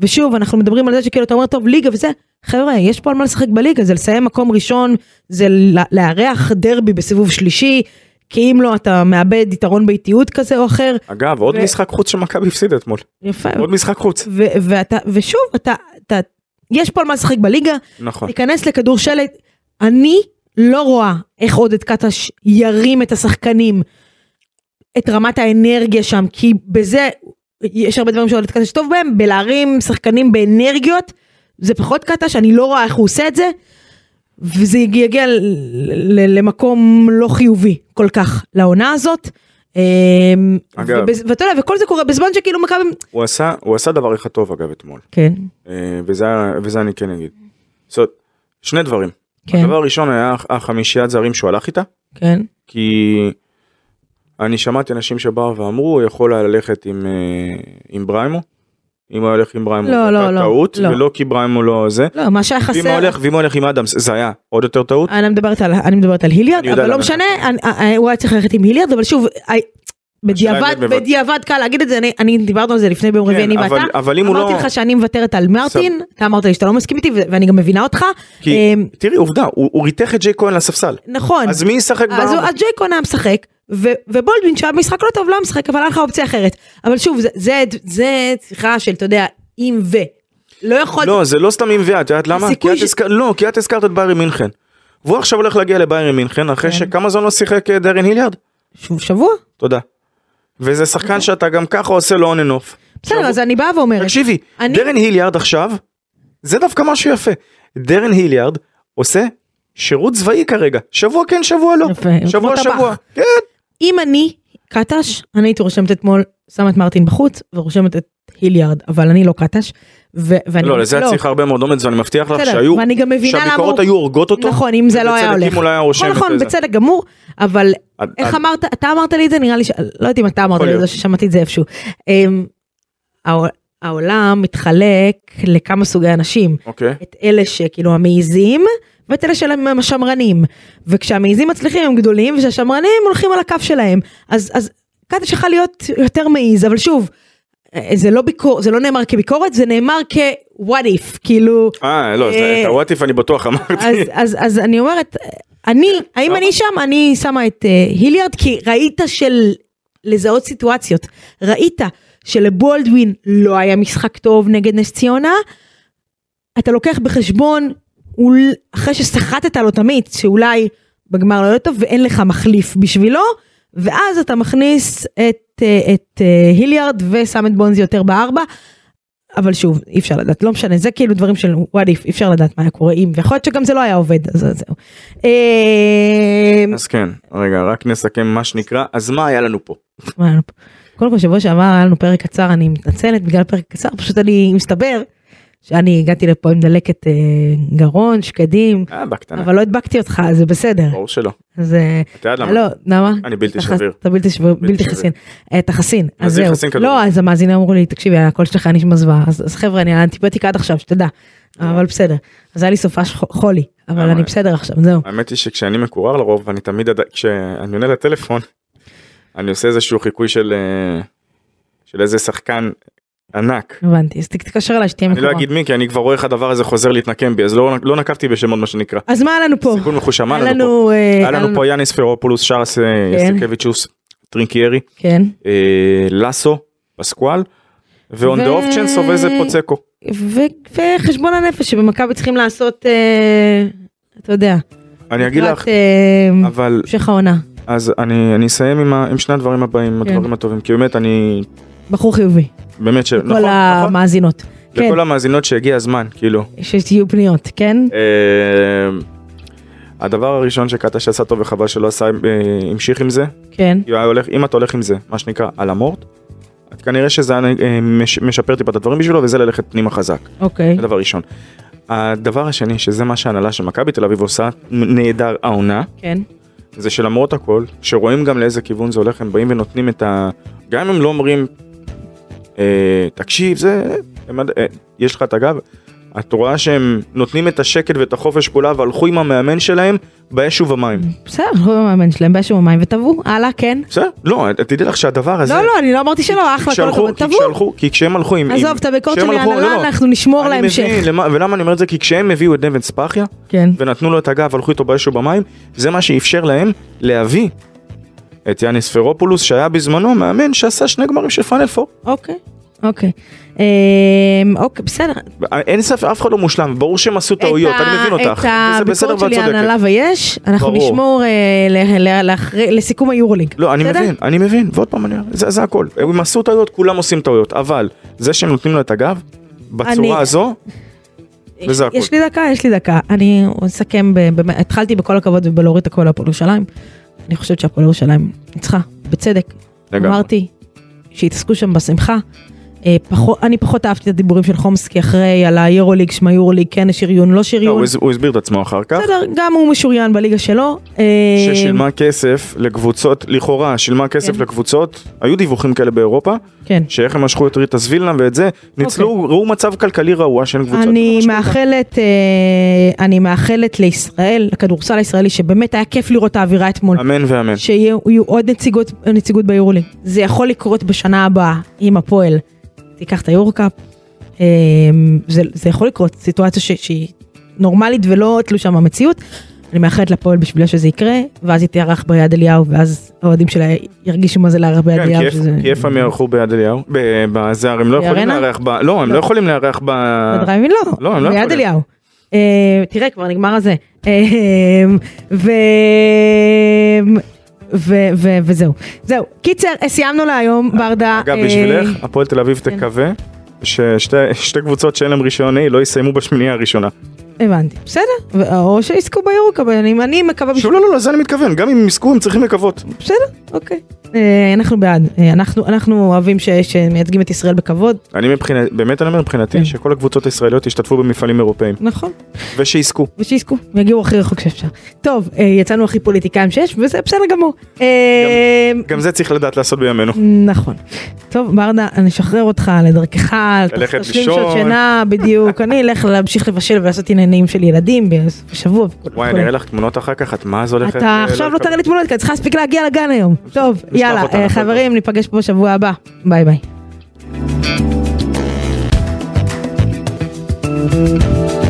B: ושוב, אנחנו מדברים על זה שכאילו אתה אומר, טוב, ליגה וזה, חבר'ה, יש פה על מה לשחק בליגה, זה לסיים מקום ראשון, זה ל- לארח דרבי בסיבוב שלישי, כי אם לא, אתה מאבד יתרון באיטיות כזה או אחר,
C: אגב, עוד
B: ו- אה,
C: משחק חוץ שמכבי הפסידה אתמול,
B: יפה,
C: עוד משחק חוץ,
B: ו- ואתה, ושוב, אתה, אתה, יש פה על מה לשחק בליגה,
C: נכון.
B: תיכנס לכדור שלג, אני לא רואה איך עודד קטש ירים את השחקנים, את רמת האנרגיה שם, כי בזה יש הרבה דברים שעודד קטש טוב בהם, בלהרים שחקנים באנרגיות, זה פחות קטש, אני לא רואה איך הוא עושה את זה, וזה יגיע יגיע ל- ל- למקום לא חיובי כל כך לעונה הזאת. אמ,
C: אגב.
B: ובז- ואתה יודע, וכל זה קורה בזמן שכאילו מכבי...
C: הוא עשה, הוא עשה דבר אחד טוב אגב אתמול,
B: כן,
C: אה, וזה, וזה אני כן אגיד. זאת, אומרת, שני דברים.
B: כן,
C: הדבר הראשון היה הח- החמישיית זרים שהוא הלך איתה,
B: כן,
C: כי אני שמעתי אנשים שבאו ואמרו, הוא יכול היה ללכת עם, אה, עם בריימו, אם הוא היה הולך עם בריימו,
B: לא,
C: זו
B: לא,
C: הייתה
B: לא,
C: טעות,
B: לא.
C: ולא כי בריימו לא זה.
B: לא, מה שהיה
C: ואם הוא
B: חסר...
C: הולך, ואם הוא הולך עם אדמס, זה היה עוד יותר טעות.
B: אני מדברת על, אני מדברת על היליארד,
C: אני יודע
B: אבל לא
C: למה.
B: משנה, אני, אה, הוא היה צריך ללכת עם היליארד, אבל שוב, אה, בדיעבד,
C: אם בבת-
B: בדיעבד קל להגיד את זה, אני, אני דיברנו על זה לפני ביום
C: כן,
B: רביעי, אני
C: אבל-
B: ואתה,
C: אבל אם הוא
B: אמרתי
C: לא-
B: לך שאני מוותרת על מרטין, אתה אמרת לי שאתה לא מסכים איתי, ו- ואני גם מבינה אותך,
C: כי
B: אמ,
C: תראי עובדה, הוא הוא ריתך את ג'יי כהן לספסל.
B: נכון,
C: אז מי ישחק
B: אז הוא-
C: בריימו?
B: אז ג'ייקון היה משחק, ו- ובולדווין שהיה משחק לא טוב, לא היה משחק, אבל היה לך אופציה אחרת, אבל שוב, זה- זה, זה שיחה של, אתה יודע, אם ו, לא יכול,
C: לא, זה לא סתם עם ויה, את יודעת למה?
B: הסיכוי
C: כי את
B: ש-
C: הזכרת- לא, כי את הזכרת את ביירי מינכן. והוא עכשיו הולך להגיע לביירי מינכן, אחרי
B: כן.
C: שכמה זמן לא שיחק אה, דרן היליארד?
B: שוב, שבוע,
C: תודה. וזה
B: נכון.
C: שחקן שאתה גם ככה עושה לו on and off.
B: בסדר, אז אני באה ואומרת,
C: תקשיבי,
B: אני-
C: דרן היליארד עכשיו, זה דווקא משהו יפה. דרן היליארד עושה שירות צבאי כרגע, שבוע כן שבוע לא,
B: יפה, הוא כמו
C: שבוע
B: טבח.
C: שבוע, כן,
B: אם אני קטש, אני הייתי רושמת אתמול, שמה את מרטין בחוץ ורושמת את היליארד, אבל אני לא קטש. ו- ואני,
C: לא לזה את צריכה הרבה מאוד אומץ ואני מבטיח לך
B: בסדר,
C: שהיו,
B: ואני גם מבינה למה
C: שהביקורות
B: הוא-
C: היו הורגות אותו,
B: נכון, אם זה לא היה
C: ובצדק
B: הולך.
C: אם הוא לא היה רושם
B: נכון, נכון,
C: את זה.
B: בצדק גמור, אבל
C: את-
B: איך
C: את-
B: אמרת, אתה אמרת לי את זה, נראה לי, ש- לא יודעת אם אתה אמרת לי את זה,
C: להיות.
B: ששמעתי את זה איפשהו. אמ, העול- העולם מתחלק לכמה סוגי אנשים.
C: אוקיי,
B: את אלה שכאילו המעיזים ואת אלה שלהם הם השמרנים. וכשהמעיזים מצליחים הם גדולים וכשהשמרנים הולכים על הקו שלהם. אז, אז קטש יכול להיות יותר מעיז, אבל שוב, אה, זה לא, ביקור, זה לא נאמר כביקורת, זה נאמר כ-what if, כאילו,
C: אה לא, זה-
B: אה,
C: את הוואט איף אני בטוח
B: אז,
C: אמרתי,
B: אז, אז אני אומרת, אה, אני, האם
C: אוקיי. למה?
B: אני שם? אני שמה את אה, היליארד, כי ראית של לזהות סיטואציות. ראית שלבולדווין לא היה משחק טוב נגד נס ציונה, אתה לוקח בחשבון, אול, אחרי שסחטת על עמית, שאולי בגמר לא יהיה טוב ואין לך מחליף בשבילו, ואז אתה מכניס את, אה, את אה, היליארד ושם את בונזי יותר בארבע. אבל שוב, אי אפשר לדעת, לא משנה, זה כאילו דברים של what if, אי אפשר לדעת מה היה קורה אם, ויכול להיות שגם זה לא היה עובד, אז אז זהו. אה,
C: אז כן, רגע רק נסכם מה שנקרא, אז מה היה לנו פה?
B: מה היה לנו פה? קודם כל שבוע שעבר היה לנו פרק קצר, אני מתנצלת בגלל פרק קצר, פשוט אני מסתבר שאני הגעתי לפה עם דלקת אה, גרון, שקדים,
C: אה בקטנה,
B: אבל לא הדבקתי אותך, אז זה בסדר.
C: ברור שלא,
B: אז אה,
C: את יודעת למה,
B: לא, למה?
C: אני בלתי
B: אתה חס-
C: שביר.
B: אתה בלתי שביר, בלתי
C: שביר.
B: חסין. אה, אתה חסין, אז
C: מאזין
B: זהו.
C: חסין כדורגל.
B: לא, אז המאזינים אמרו לי, תקשיבי, הקול שלך היה נשמע זוועה, אז אז חבר'ה, אני על אנטיביוטיקה עד עכשיו, שתדע. אבל בסדר. אז היה לי סופש חו- חולי, אבל
C: לא. למה?
B: אני בסדר עכשיו, זהו.
C: האמת היא שכשאני מקורר לרוב אני תמיד עדיין- כשאני עונה לטלפון אני עושה איזשהו חיקוי של אה, של איזה שחקן ענק.
B: הבנתי, אז ת- תתקשר אליי שתהיה
C: אני לא
B: מקורה.
C: אגיד מי כי אני כבר רואה איך הדבר הזה חוזר להתנקם בי אז לא לא נקבתי בשמות מה שנקרא.
B: אז מה היה לנו פה?
C: סיכון מחושם היה
B: היה
C: לנו פה.
B: לנו... אה,
C: היה לנו פה יאניס פרופולוס שרס אה,
B: כן.
C: יסטיקביצ'וס טרינקיירי
B: כן.
C: אה, לאסו פסקואל. ו-on
B: ו-
C: the off chance of איזה פוצקו.
B: ו- וחשבון הנפש שבמכבי צריכים לעשות, אה, אתה יודע,
C: אני אגיד לך
B: לקראת, אה,
C: אבל
B: המשך העונה.
C: אז אני אני אסיים עם ה- עם שני הדברים הבאים
B: כן.
C: הדברים הטובים כי באמת אני
B: בחור חיובי,
C: באמת ש... נכון,
B: כל
C: נכון.
B: המאזינות. כן.
C: לכל המאזינות שהגיע הזמן, כאילו.
B: שתהיו פניות, כן?
C: אה, הדבר הראשון שקטש שעשה טוב וחבל שלא עשה, אה, המשיך עם זה,
B: כן.
C: אם היה הולך- אם אתה הולך עם זה, מה שנקרא, על המורט, את כנראה שזה היה, אה, מש- משפר טיפה את הדברים בשבילו, וזה ללכת פנימה חזק.
B: אוקיי.
C: זה דבר ראשון. הדבר השני, שזה מה שההנהלה של מכבי תל אביב עושה, נהדר העונה,
B: כן.
C: זה שלמרות הכל, שרואים גם לאיזה כיוון זה הולך, הם באים ונותנים את ה... גם אם הם לא אומרים, אה, תקשיב, זה... הם, עד- אה, יש לך את הגב, את רואה שהם נותנים את השקט ואת החופש פעולה והלכו עם המאמן שלהם באש ובמים.
B: בסדר, הוא המאמן שלהם, באיזשהו מים וטבעו, הלאה, כן.
C: בסדר? לא, את- תדעי לך שהדבר הזה...
B: לא, לא, אני לא אמרתי שלא,
C: כי
B: אחלה, כל
C: כשהלכו,
B: הכבוד,
C: כי
B: טבעו.
C: כשהלכו, כי כשהם הלכו עם...
B: עזוב,
C: עם-
B: את הביקורת
C: כשהם
B: שלי
C: הלכו-
B: להנהלה,
C: לא, לא.
B: אנחנו נשמור
C: אני
B: להמשך.
C: מבין, למה- ולמה אני אומר את זה? כי כשהם הביאו את דנבן ספאחיה,
B: כן.
C: ונתנו לו את הגב, הלכו איתו באש ובמים, זה מה שאפשר להם להביא את יאניס פרופולוס, שהיה בזמנו מאמן שעשה שני גמרים של פאנל פור.
B: אוקיי, אוקיי. אמ, אוקיי, בסדר.
C: אין ספק, אף אחד לא מושלם, ברור שהם עשו טעויות,
B: את
C: אני
B: ה-
C: מבין אותך. וזה
B: את
C: בסדר
B: הביקורת
C: ואת
B: שלי
C: צודקת.
B: ההנהלה ויש, אנחנו
C: ברור.
B: נשמור אה, ל- ל- לאחרי- לסיכום היורוליג.
C: לא, אני
B: בסדר?
C: מבין, אני מבין, ועוד פעם, אני... זה, זה הכל. הם עשו טעויות, כולם עושים טעויות, אבל זה שהם נותנים לו את הגב, בצורה
B: אני-
C: הזו, וזה הכל.
B: יש לי דקה, יש לי דקה. אני אסכם, ב- ב- התחלתי בכל הכבוד ובלהוריד את הכל להפועל ירושלים. אני חושבת שהפועל ירושלים ניצחה, בצדק.
C: לגמרי.
B: אמרתי שהתעסקו שם בשמחה. אה, פחות- אני פחות אהבתי את הדיבורים של חומסקי אחרי על היורוליג, שמה יורוליג, כן שריון, לא
C: לא,
B: שריון.
C: הוא, הס- הוא הסביר את עצמו אחר כך,
B: בסדר, גם הוא משוריין בליגה שלו. אה,
C: ששילמה כסף לקבוצות, לכאורה שילמה כסף
B: כן.
C: לקבוצות, היו דיווחים כאלה באירופה,
B: כן.
C: שאיך הם משכו את ריטס וילנה ואת זה, ניצלו, ראו מצב כלכלי רעוע של קבוצות.
B: אוקיי. אני
C: שמשכו אותה.
B: מאחלת, אה, אני מאחלת לישראל, לכדורסל הישראלי, שבאמת היה כיף לראות את האווירה אתמול.
C: אמן ואמן.
B: שיהיו עוד נציגות, נציגות ביורוליג. זה יכול לקרות בשנה הבאה עם הפועל. תיקח את היורקאפ. אה, זה, זה יכול לקרות, סיטואציה ש, שהיא נורמלית ולא תלושה מהמציאות. אני מאחלת לפועל בשבילה שזה יקרה, ואז היא תארח ביד אליהו, ואז האוהדים שלה ירגישו מה זה לארח ביד
C: כן,
B: אליהו.
C: כי איפה-
B: שזה-
C: כי איפה הם יארחו ביד אליהו? ב- בזה, הרי הם לא יכולים
B: בארנה?
C: לארח ב... לא, הם לא
B: לא.
C: יכולים לארח ב...
B: בדרייבין לא,
C: לא, הם לא
B: ביד
C: יכולים.
B: אליהו. אה, תראה כבר נגמר הזה. אה, ו... ו- ו- וזהו. זהו. קיצר, אה, סיימנו להיום, ברדה.
C: אגב,
B: אה,
C: בשבילך, הפועל תל אביב
B: כן.
C: תקווה ששתי שתי קבוצות שאין להם רישיון A לא יסיימו בשמינייה הראשונה.
B: אוקיי. הבנתי. בסדר. ו- או שיזכו ביורוקה, אבל אני- אני מקווה...
C: שוב, לא, לא, לא, זה אני מתכוון, גם אם הם יזכו הם צריכים לקוות.
B: בסדר, אוקיי. אה, אנחנו בעד. אה, אנחנו- אנחנו אוהבים ש- שמייצגים את ישראל בכבוד.
C: אני מבחינת, באמת אני אומר מבחינתי,
B: כן.
C: שכל הקבוצות הישראליות ישתתפו במפעלים אירופאים,
B: נכון.
C: ושיזכו.
B: ושיזכו, ויגיעו הכי רחוק שאפשר. טוב, אה, יצאנו הכי פוליטיקאים שיש, וזה בסדר גמור. אה,
C: גם זה צריך לדעת לעשות בימינו.
B: נכון. טוב, ברדה, אני אשחרר אותך לדרכך,
C: ללכת
B: תשלים שעות
C: לישון.
B: שינה, בדיוק. אני אלך להמשיך לבשל ולעשות עניינים של ילדים בסוף השבוע. וכל-
C: וואי,
B: וכל-
C: אני אראה לך תמונות אחר כך, את מה זה הולכת...
B: אתה
C: אה,
B: עכשיו לא
C: לקבל?
B: תראה לי תמונות, כי אני צריכה להספיק להגיע לגן היום. טוב,
C: נשלח
B: יאללה,
C: אותה,
B: אה,
C: נשלח אותה.
B: חברים, ניפגש פה בשבוע הבא. ביי ביי.